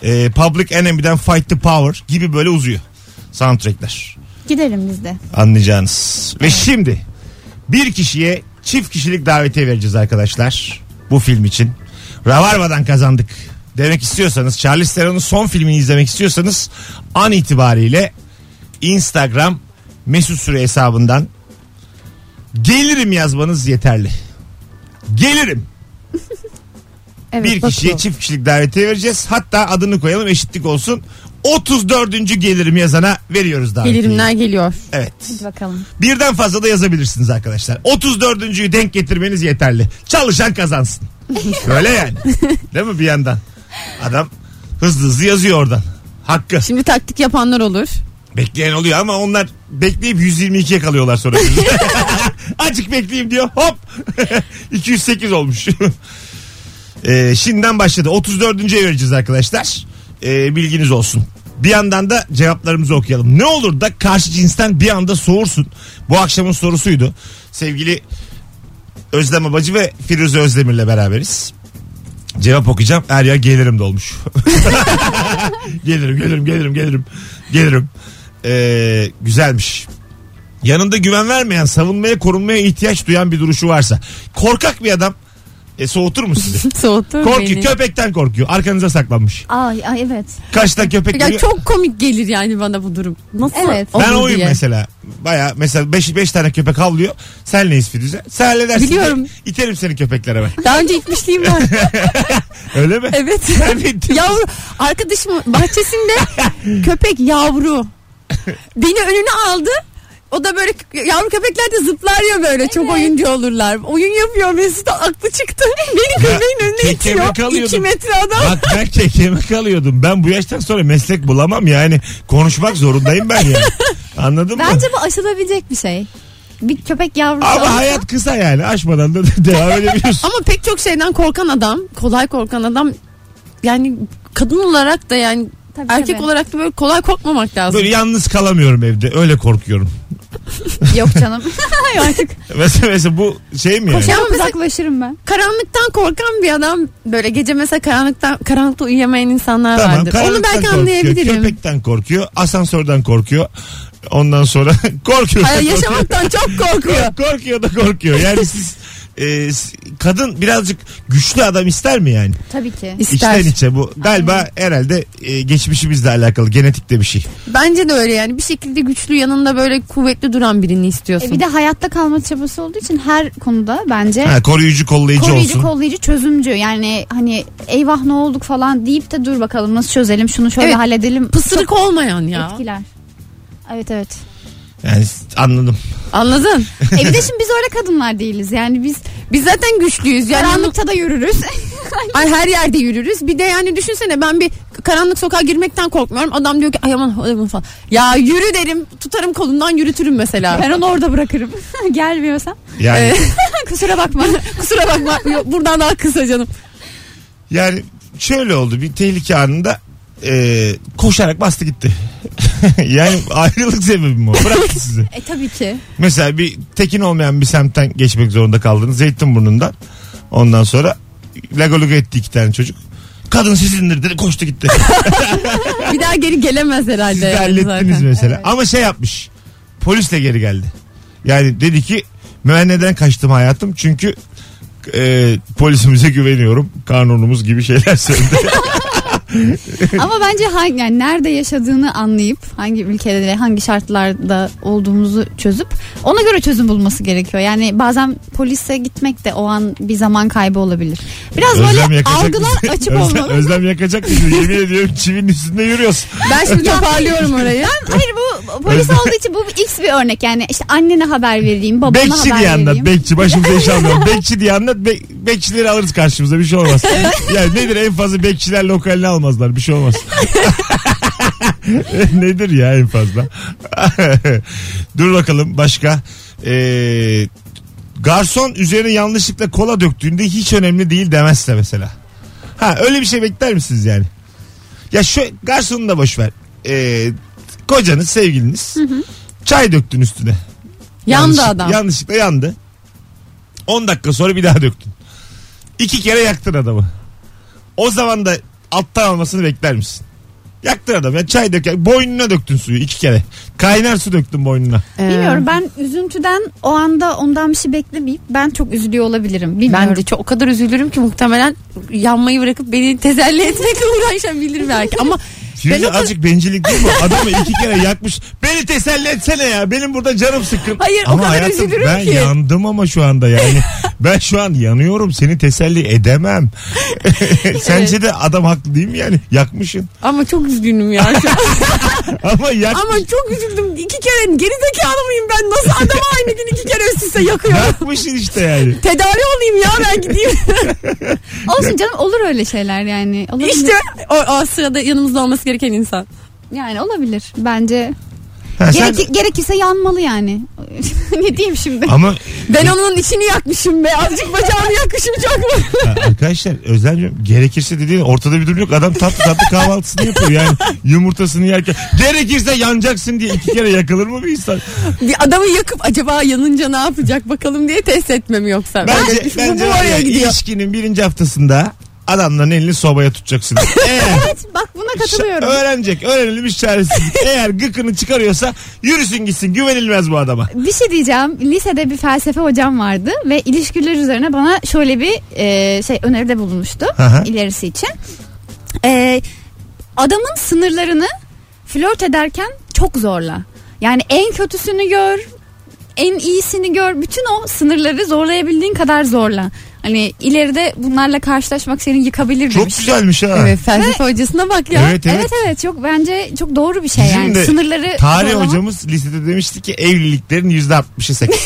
S2: e, Public Enemy'den Fight the Power gibi böyle uzuyor soundtrackler
S3: gidelim biz de.
S2: anlayacağınız. Ve şimdi bir kişiye çift kişilik davetiye vereceğiz arkadaşlar bu film için. Ravarva'dan kazandık. Demek istiyorsanız Charlize Theron'un son filmini izlemek istiyorsanız an itibariyle Instagram Mesut Süre hesabından gelirim yazmanız yeterli. Gelirim.
S4: Evet,
S2: bir kişiye
S4: bakıyorum.
S2: çift kişilik davetiye vereceğiz. Hatta adını koyalım eşitlik olsun. 34. gelirim yazana veriyoruz davetiyeyi.
S4: Gelirimler geliyor.
S2: Evet.
S3: Hadi bakalım.
S2: Birden fazla da yazabilirsiniz arkadaşlar. 34.'ü denk getirmeniz yeterli. Çalışan kazansın. Böyle yani. Değil mi bir yandan? Adam hızlı hızlı yazıyor oradan. Hakkı.
S4: Şimdi taktik yapanlar olur.
S2: Bekleyen oluyor ama onlar bekleyip 122'ye kalıyorlar sonra. Azıcık bekleyeyim diyor. Hop. 208 olmuş. ee, şimdiden başladı. 34. vereceğiz arkadaşlar. Ee, bilginiz olsun. Bir yandan da cevaplarımızı okuyalım. Ne olur da karşı cinsten bir anda soğursun. Bu akşamın sorusuydu. sevgili Özlem Abacı ve Firuze Özdemir'le beraberiz. Cevap okuyacağım. Her yer gelirim dolmuş. gelirim, gelirim, gelirim, gelirim. Gelirim. Ee, güzelmiş. Yanında güven vermeyen, savunmaya, korunmaya ihtiyaç duyan bir duruşu varsa. Korkak bir adam e, soğutur mu sizi?
S4: Soğutur
S2: Korkuyor.
S4: beni.
S2: Köpekten korkuyor. Arkanıza saklanmış.
S3: Ay, ay evet.
S2: Kaçtan köpek
S4: Ya
S2: geliyor.
S4: çok komik gelir yani bana bu durum. Nasıl?
S3: Evet.
S2: Ben
S4: olur
S2: oyum
S4: diye.
S2: mesela. Baya mesela 5 5 tane köpek havlıyor. Sen neyiz Firuze? Sen halledersin.
S4: Biliyorum.
S2: Ben iterim seni köpeklere ben.
S4: Daha önce gitmişliğim var.
S2: Öyle mi?
S4: Evet.
S2: Sen mi ittin?
S4: yavru arkadaşım bahçesinde köpek yavru. Beni önüne aldı. O da böyle yavru köpekler de zıplar ya böyle çok oyuncu olurlar. Oyun yapıyor Mesut aklı çıktı. Beni
S2: Ya,
S4: köpeğin önüne
S2: kekeme
S4: itiyor.
S2: kalıyordum.
S4: 2 metre adam.
S2: Bak ben kekeme kalıyordum. Ben bu yaştan sonra meslek bulamam yani. Konuşmak zorundayım ben yani. Anladın mı?
S3: Bence bu aşılabilecek bir şey. Bir köpek yavrusu.
S2: Ama
S3: olsa-
S2: hayat kısa yani. Aşmadan da devam edebiliyorsun.
S4: Ama pek çok şeyden korkan adam, kolay korkan adam yani kadın olarak da yani
S3: Tabii,
S4: erkek
S3: tabii.
S4: olarak da böyle kolay korkmamak lazım.
S2: Böyle yalnız kalamıyorum evde. Öyle korkuyorum.
S3: Yok canım. Artık
S2: Mesela, mesela bu şey mi yani?
S4: Koşan-
S3: çok
S4: mesela-
S3: uzaklaşırım ben.
S4: Karanlıktan korkan bir adam böyle gece mesela karanlıktan karanlıkta uyuyamayan insanlar vardır. Onu
S2: karanlıktan
S4: belki
S2: korkuyor,
S4: anlayabilirim.
S2: Köpekten korkuyor. Asansörden korkuyor. Ondan sonra korkuyor. da
S4: Ay,
S2: korkuyor.
S4: yaşamaktan çok korkuyor.
S2: Kork- korkuyor da korkuyor. Yani siz e, s- kadın birazcık güçlü adam ister mi yani?
S3: Tabii ki. E,
S4: İster.
S2: İçten içe bu. Galiba herhalde e, geçmişimizle alakalı genetikte bir şey.
S4: Bence de öyle yani bir şekilde güçlü yanında böyle kuvvetli duran birini istiyorsun.
S3: E bir de hayatta kalma çabası olduğu için her konuda bence
S2: Ha, koruyucu kollayıcı
S3: koruyucu
S2: olsun.
S3: kollayıcı çözümcü. Yani hani eyvah ne olduk falan deyip de dur bakalım nasıl çözelim şunu şöyle
S4: Evet.
S3: halledelim.
S4: Pısırık olmayan ya.
S3: Çok etkiler. Evet evet.
S2: yani s- anladım.
S4: Anladın?
S3: e bir de şimdi biz öyle kadınlar değiliz. Yani biz
S4: Biz zaten güçlüyüz. Yani
S3: karanlıkta da yürürüz.
S4: Ay her yerde yürürüz. Bir de yani düşünsene ben bir karanlık sokağa girmekten korkmuyorum. Adam diyor ki ay aman, aman falan. Ya yürü derim. Tutarım kolundan yürütürüm mesela.
S3: ben onu orada bırakırım. Gelmiyorsan.
S2: Yani
S4: Kusura bakma. Kusura bakma. Yok, Buradan daha kısa canım.
S2: yani şöyle oldu. Bir tehlike anında e, koşarak bastı gitti. yani ayrılık sebebi mi o? Bıraktı sizi.
S3: E tabii ki.
S2: Mesela bir tekin olmayan bir semtten geçmek zorunda kaldınız. Zeytinburnu'ndan. Ondan sonra lagoluga etti iki tane çocuk. Kadın sizindir dedi koştu gitti.
S4: Bir daha geri gelemez herhalde.
S2: Siz de
S4: yani
S2: hallettiniz
S4: zaten.
S2: mesela.
S3: Evet.
S2: Ama şey yapmış. Polisle geri geldi. Yani dedi ki müenneden kaçtım hayatım çünkü e, polisimize güveniyorum. Kanunumuz gibi şeyler söyledi.
S3: Ama bence hangi yani nerede yaşadığını anlayıp hangi ülkelerde hangi şartlarda olduğumuzu çözüp ona göre çözüm bulması gerekiyor. Yani bazen polise gitmek de o an bir zaman kaybı olabilir. Biraz böyle algılar
S2: bizi.
S3: açık
S2: Özlem,
S3: olmalı.
S2: Özlem yakacak bizi. Yemin ediyorum çivinin üstünde yürüyoruz.
S4: Ben şimdi toparlıyorum orayı.
S3: Hayır bu polis olduğu için bu bir X bir örnek yani işte annene haber vereyim babana
S2: Bekçi
S3: haber
S2: diye anlat.
S3: vereyim.
S2: Bekçi başımıza iş almayalım. bekçi diye anlat. Be- bekçileri alırız karşımıza bir şey olmaz. yani nedir en fazla bekçiler lokalini almazlar bir şey olmaz. nedir ya en fazla. Dur bakalım başka. Ee, garson üzerine yanlışlıkla kola döktüğünde hiç önemli değil demezse mesela. Ha öyle bir şey bekler misiniz yani? Ya şu garsonu da boş ver. Ee, kocanız sevgiliniz çay döktün üstüne.
S4: Yandı
S2: Yanlışlık-
S4: adam.
S2: Yanlışlıkla yandı. 10 dakika sonra bir daha döktün. İki kere yaktın adamı. O zaman da alttan almasını bekler misin? Yaktın adamı. Ya çay döker. Boynuna döktün suyu iki kere. Kaynar su döktün boynuna.
S4: Ee,
S3: Bilmiyorum ben üzüntüden o anda ondan bir şey beklemeyip ben çok üzülüyor olabilirim. Bilmiyorum.
S4: Ben de çok o kadar üzülürüm ki muhtemelen yanmayı bırakıp beni tezelli etmekle uğraşabilir belki. Ama
S2: Şimdi
S4: Ben o-
S2: azıcık bencillik değil mi? Adamı iki kere yakmış. Beni teselli etsene ya. Benim burada canım sıkkın.
S4: Hayır, o
S2: ama
S4: kadar
S2: hayatım,
S4: üzülürüm
S2: ben
S4: ki.
S2: yandım ama şu anda yani. ben şu an yanıyorum. Seni teselli edemem. Sence de adam haklı değil mi yani? Yakmışsın.
S4: ama çok üzgünüm ya. şu an.
S2: Ama yak
S4: Ama çok üzüldüm. İki kere geri zekalı mıyım ben? Nasıl adamı aynı gün iki kere üst üste yakıyorum?
S2: Yakmışsın işte yani.
S4: Tedavi olayım ya ben gideyim.
S3: Olsun canım olur öyle şeyler yani. Olabilir.
S4: işte o, o sırada yanımızda olması gereken insan.
S3: Yani olabilir bence.
S2: Ha, sen-
S3: Gereki- Gerekirse yanmalı yani. ne diyeyim şimdi?
S2: Ama
S4: Ben onun içini yakmışım be. Azıcık bacağını yakmışım çok mu?
S2: Ya Arkadaşlar Özlemciğim gerekirse dediğin ortada bir durum yok. Adam tatlı tatlı kahvaltısını yapıyor yani yumurtasını yerken. Gerekirse yanacaksın diye iki kere yakılır mı bir insan?
S4: Bir adamı yakıp acaba yanınca ne yapacak bakalım diye test etmem yoksa.
S2: Bence,
S4: bu,
S2: bence
S4: bu
S2: var ya,
S4: oraya gidiyor.
S2: ilişkinin birinci haftasında adamların elini sobaya tutacaksın. Eğer
S3: Evet bak buna katılıyorum.
S2: öğrenecek öğrenilmiş çaresizlik. Eğer gıkını çıkarıyorsa yürüsün gitsin güvenilmez bu adama.
S3: Bir şey diyeceğim. Lisede bir felsefe hocam vardı ve ilişkiler üzerine bana şöyle bir e, şey öneride bulunmuştu
S2: Aha.
S3: ilerisi için. E, adamın sınırlarını flört ederken çok zorla. Yani en kötüsünü gör, en iyisini gör. Bütün o sınırları zorlayabildiğin kadar zorla. Hani ileride bunlarla karşılaşmak seni yıkabilir
S2: Çok
S3: demiş.
S2: güzelmiş ha.
S4: Evet felsefe hocasına bak ya.
S2: Evet, evet.
S3: Evet evet çok bence çok doğru bir şey
S2: Bizim
S3: yani.
S2: de
S3: Sınırları
S2: Tarih
S3: zorlamak-
S2: hocamız lisede demişti ki evliliklerin yüzde altmışı seks.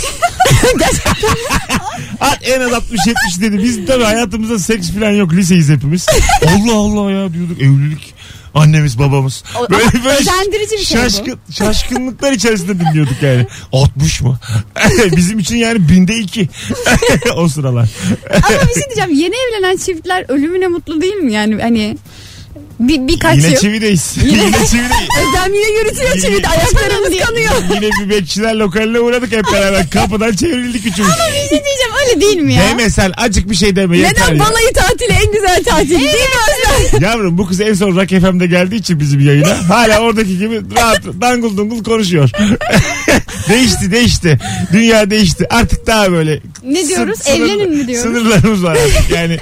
S2: At en az 60-70 dedi. Biz tabii hayatımızda seks falan yok. Liseyiz hepimiz. Allah Allah ya diyorduk evlilik. Annemiz babamız.
S3: O-
S2: Böyle
S3: ama
S2: böyle
S3: özendirici bir şey bu.
S2: şaşkın, Şaşkınlıklar içerisinde dinliyorduk yani. 60 mu? Bizim için yani binde iki. o sıralar.
S3: Ama bir şey diyeceğim. Yeni evlenen çiftler ölümüne mutlu değil mi? Yani hani bir, birkaç
S2: Yine
S3: yıl.
S2: çivideyiz. Yine çivideyiz.
S4: Özlem yine yürütüyor çividi. Ayaklarımız kanıyor.
S2: Yine bir bekçiler lokaline uğradık hep beraber. Kapıdan çevrildik üçümüz.
S3: bir şey diyeceğim öyle değil mi ya?
S2: Deme sen acık bir şey deme yeter
S4: Neden
S2: ya.
S4: balayı tatili en güzel tatil değil mi Özlem?
S2: Yavrum bu kız en son Rock FM'de geldiği için bizim yayına hala oradaki gibi rahat dangul dungul konuşuyor. değişti değişti. Dünya değişti. Artık daha böyle.
S3: Ne diyoruz? Evlenin mi diyoruz?
S2: Sınırlarımız var artık yani.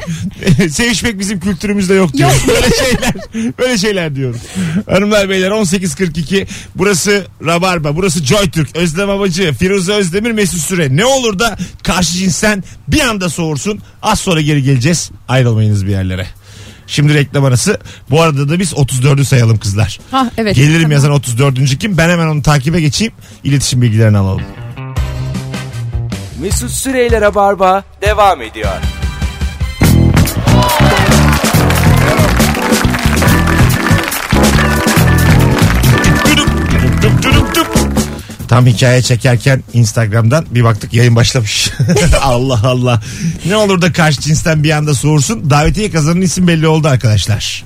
S2: sevişmek bizim kültürümüzde yok diyoruz. Böyle şeyler, böyle şeyler diyoruz. Hanımlar beyler 18.42 burası Rabarba burası Joy Türk Özlem Abacı Firuze Özdemir Mesut Süre. Ne olur da karşı cinsten bir anda soğursun. Az sonra geri geleceğiz. Ayrılmayınız bir yerlere. Şimdi reklam arası. Bu arada da biz 34'ü sayalım kızlar.
S4: Ha evet.
S2: Gelirim yazan 34. kim? Ben hemen onu takibe geçeyim. İletişim bilgilerini alalım.
S1: Mesut Süreyler'e barba devam ediyor.
S2: Tam hikaye çekerken Instagram'dan bir baktık yayın başlamış. Allah Allah. Ne olur da karşı cinsten bir anda soğursun. Davetiye kazanan isim belli oldu arkadaşlar.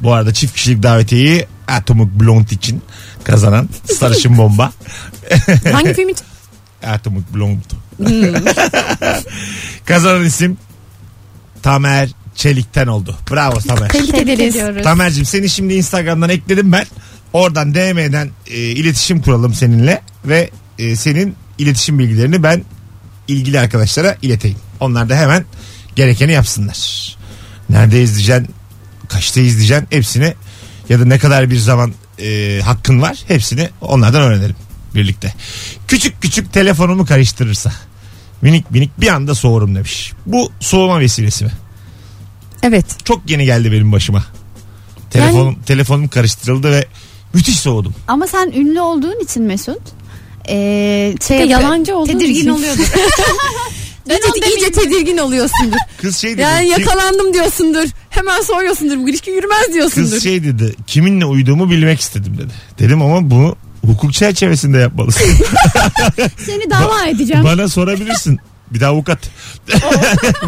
S2: Bu arada çift kişilik davetiyeyi Atomic Blonde için kazanan sarışın bomba.
S4: Hangi film için?
S2: Atomic Blonde. kazanan isim Tamer Çelik'ten oldu. Bravo Tamer.
S4: Tebrik ederiz.
S3: ediyoruz.
S2: Tamer'cim seni şimdi Instagram'dan ekledim ben. Oradan DM'den e, iletişim kuralım seninle ve e, senin iletişim bilgilerini ben ilgili arkadaşlara ileteyim. Onlar da hemen gerekeni yapsınlar. Nerede izleyeceksin, kaçta izleyeceksin hepsini ya da ne kadar bir zaman e, hakkın var hepsini onlardan öğrenelim birlikte. Küçük küçük telefonumu karıştırırsa minik minik bir anda soğurum demiş. Bu soğuma vesilesi mi?
S4: Evet.
S2: çok yeni geldi benim başıma. Telefonum telefonum karıştırıldı ve müthiş soğudum.
S3: Ama sen ünlü olduğun için Mesut. Ee, şey
S4: de
S3: yapıyor-
S4: yalancı olduğun
S3: tedirgin
S4: için.
S3: oluyordun. Ben onu
S4: İyice, iyice
S3: demeyeyim.
S4: tedirgin oluyorsundur.
S2: Kız şey dedi.
S4: Yani
S2: ki-
S4: yakalandım diyorsundur. Hemen soğuyorsundur. Bu ilişki yürümez diyorsundur.
S2: kız şey dedi. Kiminle uyuduğumu bilmek istedim dedi. Dedim ama bunu hukuk çerçevesinde yapmalısın.
S3: Seni dava edeceğim.
S2: Bana sorabilirsin. Bir de avukat.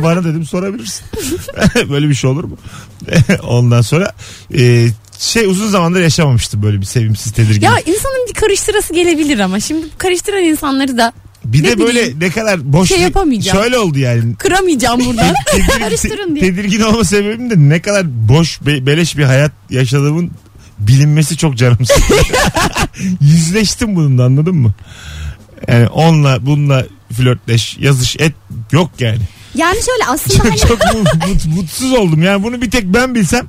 S2: Bana dedim sorabilirsin. böyle bir şey olur mu? Ondan sonra e, şey uzun zamandır yaşamamıştım böyle bir sevimsiz tedirginlik.
S4: Ya insanın bir karıştırası gelebilir ama şimdi bu karıştıran insanları da
S2: bir de
S4: ne
S2: böyle
S4: bileyim.
S2: ne kadar boş.
S4: Şey yapamayacağım.
S2: Şöyle oldu yani.
S4: kıramayacağım buradan.
S3: Karıştırın diye.
S2: Tedirgin olma sebebim de ne kadar boş be- beleş bir hayat yaşadığımın bilinmesi çok canım sıktı. Yüzleştim bununla anladın mı? Yani onunla bununla flörtleş yazış et yok yani.
S3: Yani şöyle aslında hani
S2: Çok, çok mut- mut- mutsuz oldum yani bunu bir tek ben bilsem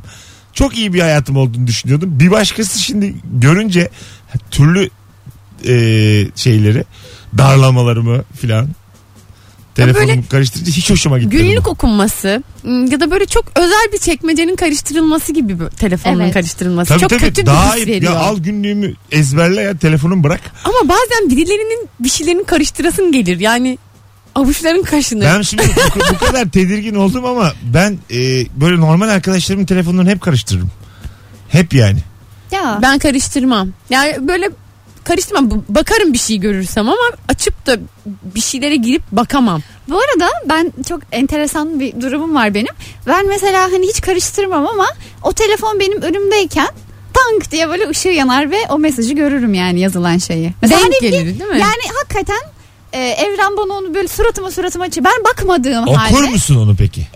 S2: çok iyi bir hayatım olduğunu düşünüyordum. Bir başkası şimdi görünce türlü e, şeyleri darlamalarımı filan telefonumu
S4: böyle
S2: karıştırınca hiç hoşuma gitmedi. bu.
S4: Günlük okunması m, ya da böyle çok özel bir çekmecenin karıştırılması gibi bu telefonun
S3: Evet.
S4: karıştırılması.
S2: Tabii
S4: çok
S2: tabii
S4: kötü bir
S2: daha iyi.
S4: his veriyor.
S2: Ya al günlüğümü ezberle ya telefonum bırak.
S4: Ama bazen birilerinin bir şeylerini karıştırasın gelir. Yani avuçların kaşınır.
S2: Ben şimdi bu, bu kadar tedirgin oldum ama ben e, böyle normal arkadaşlarımın telefonlarını hep karıştırırım. Hep yani.
S3: ya.
S4: Ben karıştırmam. Yani böyle karıştırmam. Bu- Bakarım bir şey görürsem ama açıp da bir şeylere girip bakamam.
S3: Bu arada ben çok enteresan bir durumum var benim. Ben mesela hani hiç karıştırmam ama o telefon benim önümdeyken tank diye böyle ışığı yanar ve o mesajı görürüm yani yazılan şeyi. Mesela
S4: Denk
S3: hani bir-
S4: gelir değil mi?
S3: Yani hakikaten e, evren bana onu böyle suratıma suratıma açıyor. Ben bakmadığım
S2: Okur
S3: halde
S2: musun onu peki?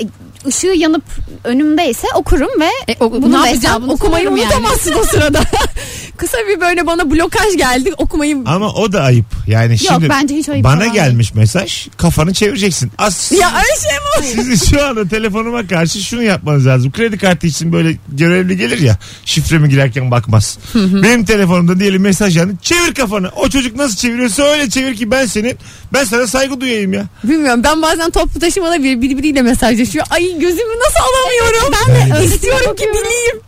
S3: ışığı yanıp önümdeyse okurum ve
S4: E, o-
S3: Bunun da
S4: ne yapacağım?
S3: hesabını
S4: Okumayı
S3: sorarım yani.
S4: unutamazsın o sırada. Kısa bir böyle bana blokaj geldi. Okumayı
S2: Ama o da ayıp. Yani şimdi
S3: bence hiç ayıp
S2: bana
S3: falan
S2: gelmiş mesaj kafanı çevireceksin. As
S4: ya öyle şey mi? olur?
S2: sizin şu anda telefonuma karşı şunu yapmanız lazım. Kredi kartı için böyle görevli gelir ya şifremi girerken bakmaz. Benim telefonumda diyelim mesaj yani çevir kafanı. O çocuk nasıl çeviriyorsa öyle çevir ki ben senin ben sana saygı duyayım ya.
S4: Bilmiyorum ben bazen toplu taşımada bir, birbiriyle mesajlaşıyor. Ay gözümü nasıl alamıyorum?
S3: Ben de
S4: İstiyorum ki
S3: bakıyorum.
S4: bileyim.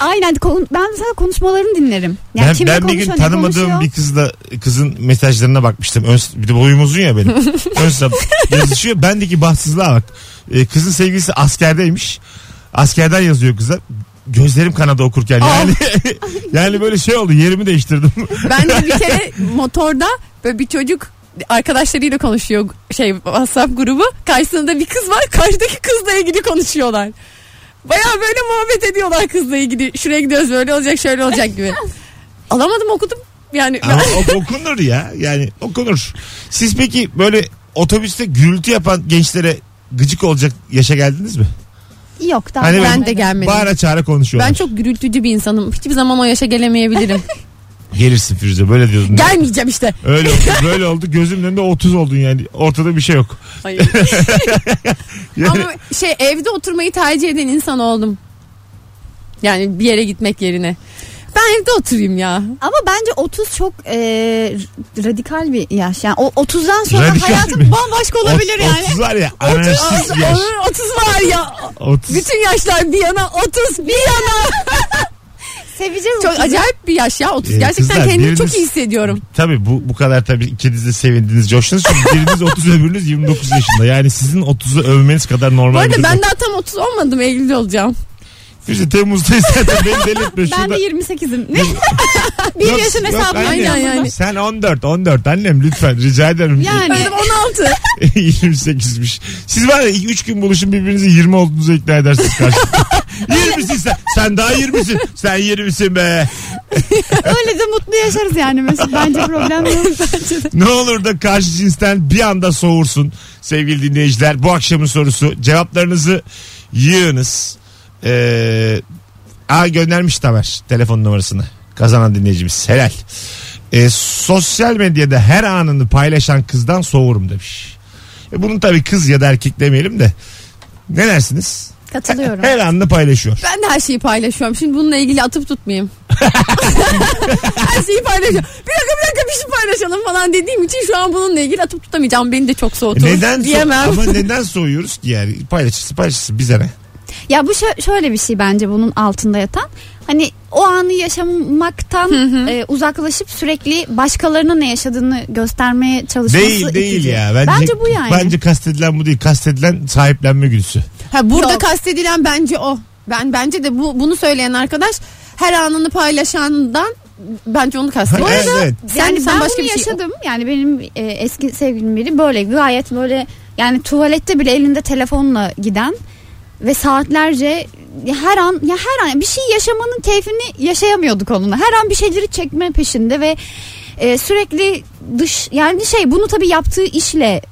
S3: aynen kon- ben mesela konuşmalarını dinlerim. Yani
S2: Ben,
S3: kimle
S2: ben bir gün
S3: konuşuyor, ne
S2: tanımadığım
S3: konuşuyor?
S2: bir kızla kızın mesajlarına bakmıştım. Ön, bir de boyum uzun ya benim. Ön sap yazışıyor. Bendeki bahtsızlığa bak. Ee, kızın sevgilisi askerdeymiş. Askerden yazıyor kıza. Gözlerim kanadı okurken yani yani böyle şey oldu yerimi değiştirdim.
S4: Ben de bir kere motorda böyle bir çocuk arkadaşlarıyla konuşuyor şey WhatsApp grubu. Karşısında bir kız var. Karşıdaki kızla ilgili konuşuyorlar. Baya böyle muhabbet ediyorlar kızla ilgili. Şuraya gidiyoruz böyle olacak şöyle olacak gibi. Alamadım okudum. Yani
S2: Ama o- okunur ya yani okunur. Siz peki böyle otobüste gürültü yapan gençlere gıcık olacak yaşa geldiniz mi?
S3: Yok daha
S2: Hani
S3: gelmedi.
S4: ben de gelmedim.
S2: Bağıra çağıra konuşuyorlar.
S4: ben çok gürültücü bir insanım. Hiçbir zaman o yaşa gelemeyebilirim.
S2: Gelirsin Firuze böyle diyordun.
S4: Gelmeyeceğim işte.
S2: Öyle oldu böyle oldu gözümün önünde 30 oldun yani ortada bir şey yok.
S4: Ay.
S2: Yani
S4: Ama şey evde oturmayı tercih eden insan oldum. Yani bir yere gitmek yerine. Ben evde oturayım ya.
S3: Ama bence 30 çok e, radikal bir yaş. Yani o 30'dan sonra
S2: Radikal
S3: hayatın
S2: mi?
S3: bambaşka olabilir
S2: ot-
S3: yani.
S2: 30 var ya anarşist bir yaş.
S4: 30 var ya.
S2: 30.
S4: Bütün yaşlar bir yana 30 bir yana.
S3: Seveceğiz
S4: Çok
S3: 30'u.
S4: acayip bir yaş ya 30.
S2: Ee,
S4: Gerçekten
S2: kızlar,
S4: kendimi
S2: biriniz-
S4: çok iyi hissediyorum.
S2: Tabii bu, bu kadar tabii ikiniz de sevindiniz coştunuz. Çünkü biriniz 30 öbürünüz 29 yaşında. Yani sizin 30'u övmeniz kadar normal.
S4: Bu arada
S2: bir
S4: ben
S2: durum.
S4: daha tam 30 olmadım Eylül'de olacağım.
S2: Firuze Temmuz'dayız zaten beni delirtme
S3: Ben
S2: şurada.
S3: de 28'im. Ne? bir
S2: Yok,
S3: yaşın
S2: yok,
S3: hesabı.
S2: annem.
S4: Aynen yani.
S2: Sen 14 14 annem lütfen rica ederim.
S3: Yani.
S4: Öyle 16.
S2: 28'miş. Siz var ya 3 gün buluşun birbirinizi 20 olduğunuzu ikna edersiniz karşılıklı. 20'sin sen. Sen daha 20'sin. Sen 20'sin be.
S3: Öyle de mutlu yaşarız yani Mesut. Bence problem yok.
S2: Ne olur da karşı cinsten bir anda soğursun sevgili dinleyiciler. Bu akşamın sorusu cevaplarınızı yığınız. Ee, a göndermiş Tamer telefon numarasını kazanan dinleyicimiz helal. Ee, sosyal medyada her anını paylaşan kızdan soğurum demiş. E, bunun tabii kız ya da erkek demeyelim de ne dersiniz?
S3: Katılıyorum.
S2: Her anını paylaşıyor. E,
S4: Ben de her şeyi paylaşıyorum. Şimdi bununla ilgili atıp tutmayayım. her şeyi paylaşıyorum. Bir dakika bir dakika bir şey paylaşalım falan dediğim için şu an bununla ilgili atıp tutamayacağım. Beni de çok soğutur.
S2: Neden so-
S4: Diyemem.
S2: ama neden soğuyoruz ki yani paylaşırsın paylaşırsın bize ne?
S3: Ya bu şö- şöyle bir şey bence bunun altında yatan. Hani o anı yaşamaktan e, uzaklaşıp sürekli başkalarının ne yaşadığını göstermeye çalışması
S2: Değil değil
S3: itici.
S2: ya.
S3: Bence, bu yani.
S2: Bence kastedilen bu değil. Kastedilen sahiplenme güdüsü.
S4: Ha burada
S3: Yok.
S4: kastedilen bence o. Ben bence de bu bunu söyleyen arkadaş her anını paylaşandan bence onu kastediyor.
S2: Evet, evet.
S4: Sen,
S3: yani
S4: sen
S3: ben
S4: başka
S3: bunu
S4: bir şey
S3: yaşadım. Yani benim e, eski sevgilim biri böyle gayet böyle yani tuvalette bile elinde telefonla giden ve saatlerce her an ya her an bir şey yaşamanın keyfini yaşayamıyorduk onunla. Her an bir şeyleri çekme peşinde ve e, sürekli dış yani şey bunu tabii yaptığı işle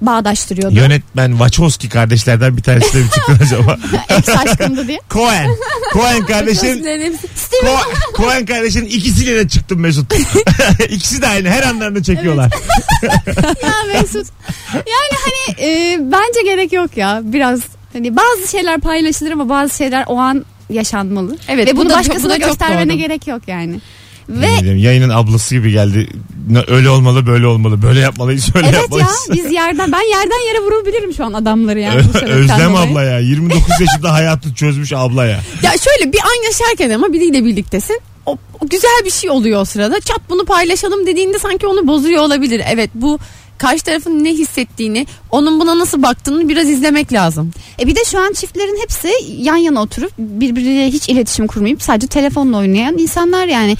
S3: bağdaştırıyordu.
S2: Yönetmen Wachowski kardeşlerden bir tanesi de mi çıktı acaba?
S3: Ex aşkımdı diye.
S2: Cohen. Cohen kardeşin
S4: Gözlerin hepsi-
S2: Ko- Cohen kardeşin ikisiyle de çıktım Mesut. İkisi de aynı. Her anlarını çekiyorlar.
S3: Ya Mesut. Yani hani e, bence gerek yok ya. Biraz hani bazı şeyler paylaşılır ama bazı şeyler o an yaşanmalı.
S4: Evet,
S3: Ve
S4: bu
S3: bunu
S4: da çok- bu
S3: başkasına
S4: da çok
S3: göstermene
S4: doğru.
S3: gerek yok yani. Ve
S2: Yemin ederim, Yayının ablası gibi geldi. Ne- Öyle olmalı böyle olmalı. Böyle yapmalıyız öyle
S3: evet ya
S2: yapmalıyız.
S3: biz yerden ben yerden yere vurabilirim şu an adamları yani. bu
S2: Ö-
S3: sebepten
S2: Özlem
S3: dolayı.
S2: abla ya. 29 yaşında hayatı çözmüş abla ya.
S4: Ya şöyle bir an yaşarken ama biriyle birliktesin. O, o güzel bir şey oluyor o sırada. Çat bunu paylaşalım dediğinde sanki onu bozuyor olabilir. Evet bu karşı tarafın ne hissettiğini, onun buna nasıl baktığını biraz izlemek lazım.
S3: E bir de şu an çiftlerin hepsi yan yana oturup birbiriyle hiç iletişim kurmayıp sadece telefonla oynayan insanlar yani.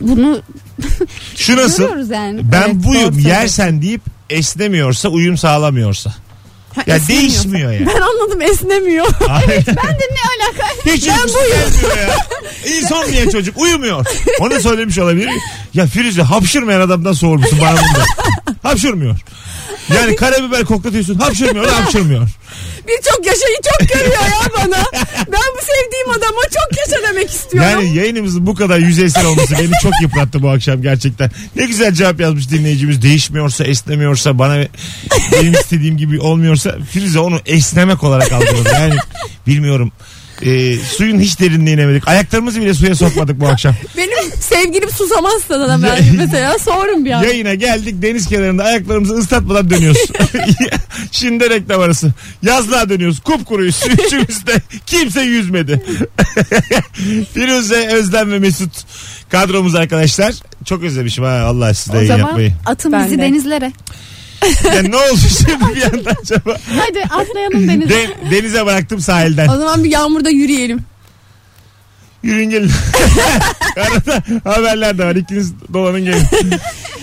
S3: Bunu
S2: Şu nasıl?
S3: görüyoruz yani.
S2: Ben
S4: Evet,
S2: buyum
S4: doğru
S2: yersen deyip esnemiyorsa uyum sağlamıyorsa.
S4: Ha,
S2: Ya
S4: esnemiyor.
S2: değişmiyor yani.
S4: Ben anladım esnemiyor.
S2: ben de ne alaka? Hiç ben buyum. Ya. İnsan niye çocuk uyumuyor. Onu söylemiş olabilir mi? Ya Firuze hapşırmayan adamdan sormuşsun bana bunu da. Hapşırmıyor. Yani karabiber koklatıyorsun hapşırmıyor hapşırmıyor.
S4: Birçok yaşayı çok görüyor ya bana. Ben bu sevdiğim adama çok yaşa demek istiyorum.
S2: Yani yayınımızın bu kadar yüzeysel olması beni çok yıprattı bu akşam gerçekten. Ne güzel cevap yazmış dinleyicimiz. Değişmiyorsa, esnemiyorsa, bana benim istediğim gibi olmuyorsa Firuze onu esnemek olarak algıladı. Yani bilmiyorum. Ee, suyun hiç derinliğine inemedik. Ayaklarımızı bile suya sokmadık bu akşam.
S4: Benim sevgilim susamazsa da ben mesela sorun bir an.
S2: Yayına geldik deniz kenarında ayaklarımızı ıslatmadan dönüyoruz. Şimdi de reklam arası. Yazlığa dönüyoruz. Kupkuruyuz. Üçümüz de kimse yüzmedi. Firuze, Özlem ve Mesut kadromuz arkadaşlar. Çok özlemişim ha Allah sizde
S3: O
S2: yayın
S3: zaman
S2: yapmayı.
S3: atın
S4: Ben
S3: bizi
S4: de.
S3: denizlere.
S2: Ya ne oldu şimdi bir anda acaba?
S3: Hadi atlayalım denize.
S2: De- denize bıraktım sahilden.
S4: O zaman bir yağmurda yürüyelim.
S2: Yürüyün gelin. Arada haberler de var. İkiniz dolanın gelin.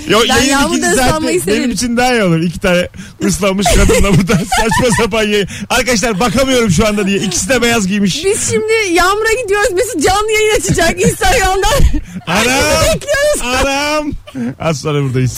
S2: Yo,
S4: Ben
S2: yayın
S4: yağmurda
S2: ikinci saatte
S4: ıslanmayı
S2: Benim
S4: severim.
S2: için daha iyi olur. İki tane ıslanmış kadınla burada saçma sapan yayın. Arkadaşlar bakamıyorum şu anda diye. İkisi de beyaz giymiş.
S4: Biz şimdi yağmura gidiyoruz. Mesut canlı yayın açacak Instagram'dan.
S2: Anam.
S4: Bekliyoruz.
S2: Anam. Az sonra buradayız.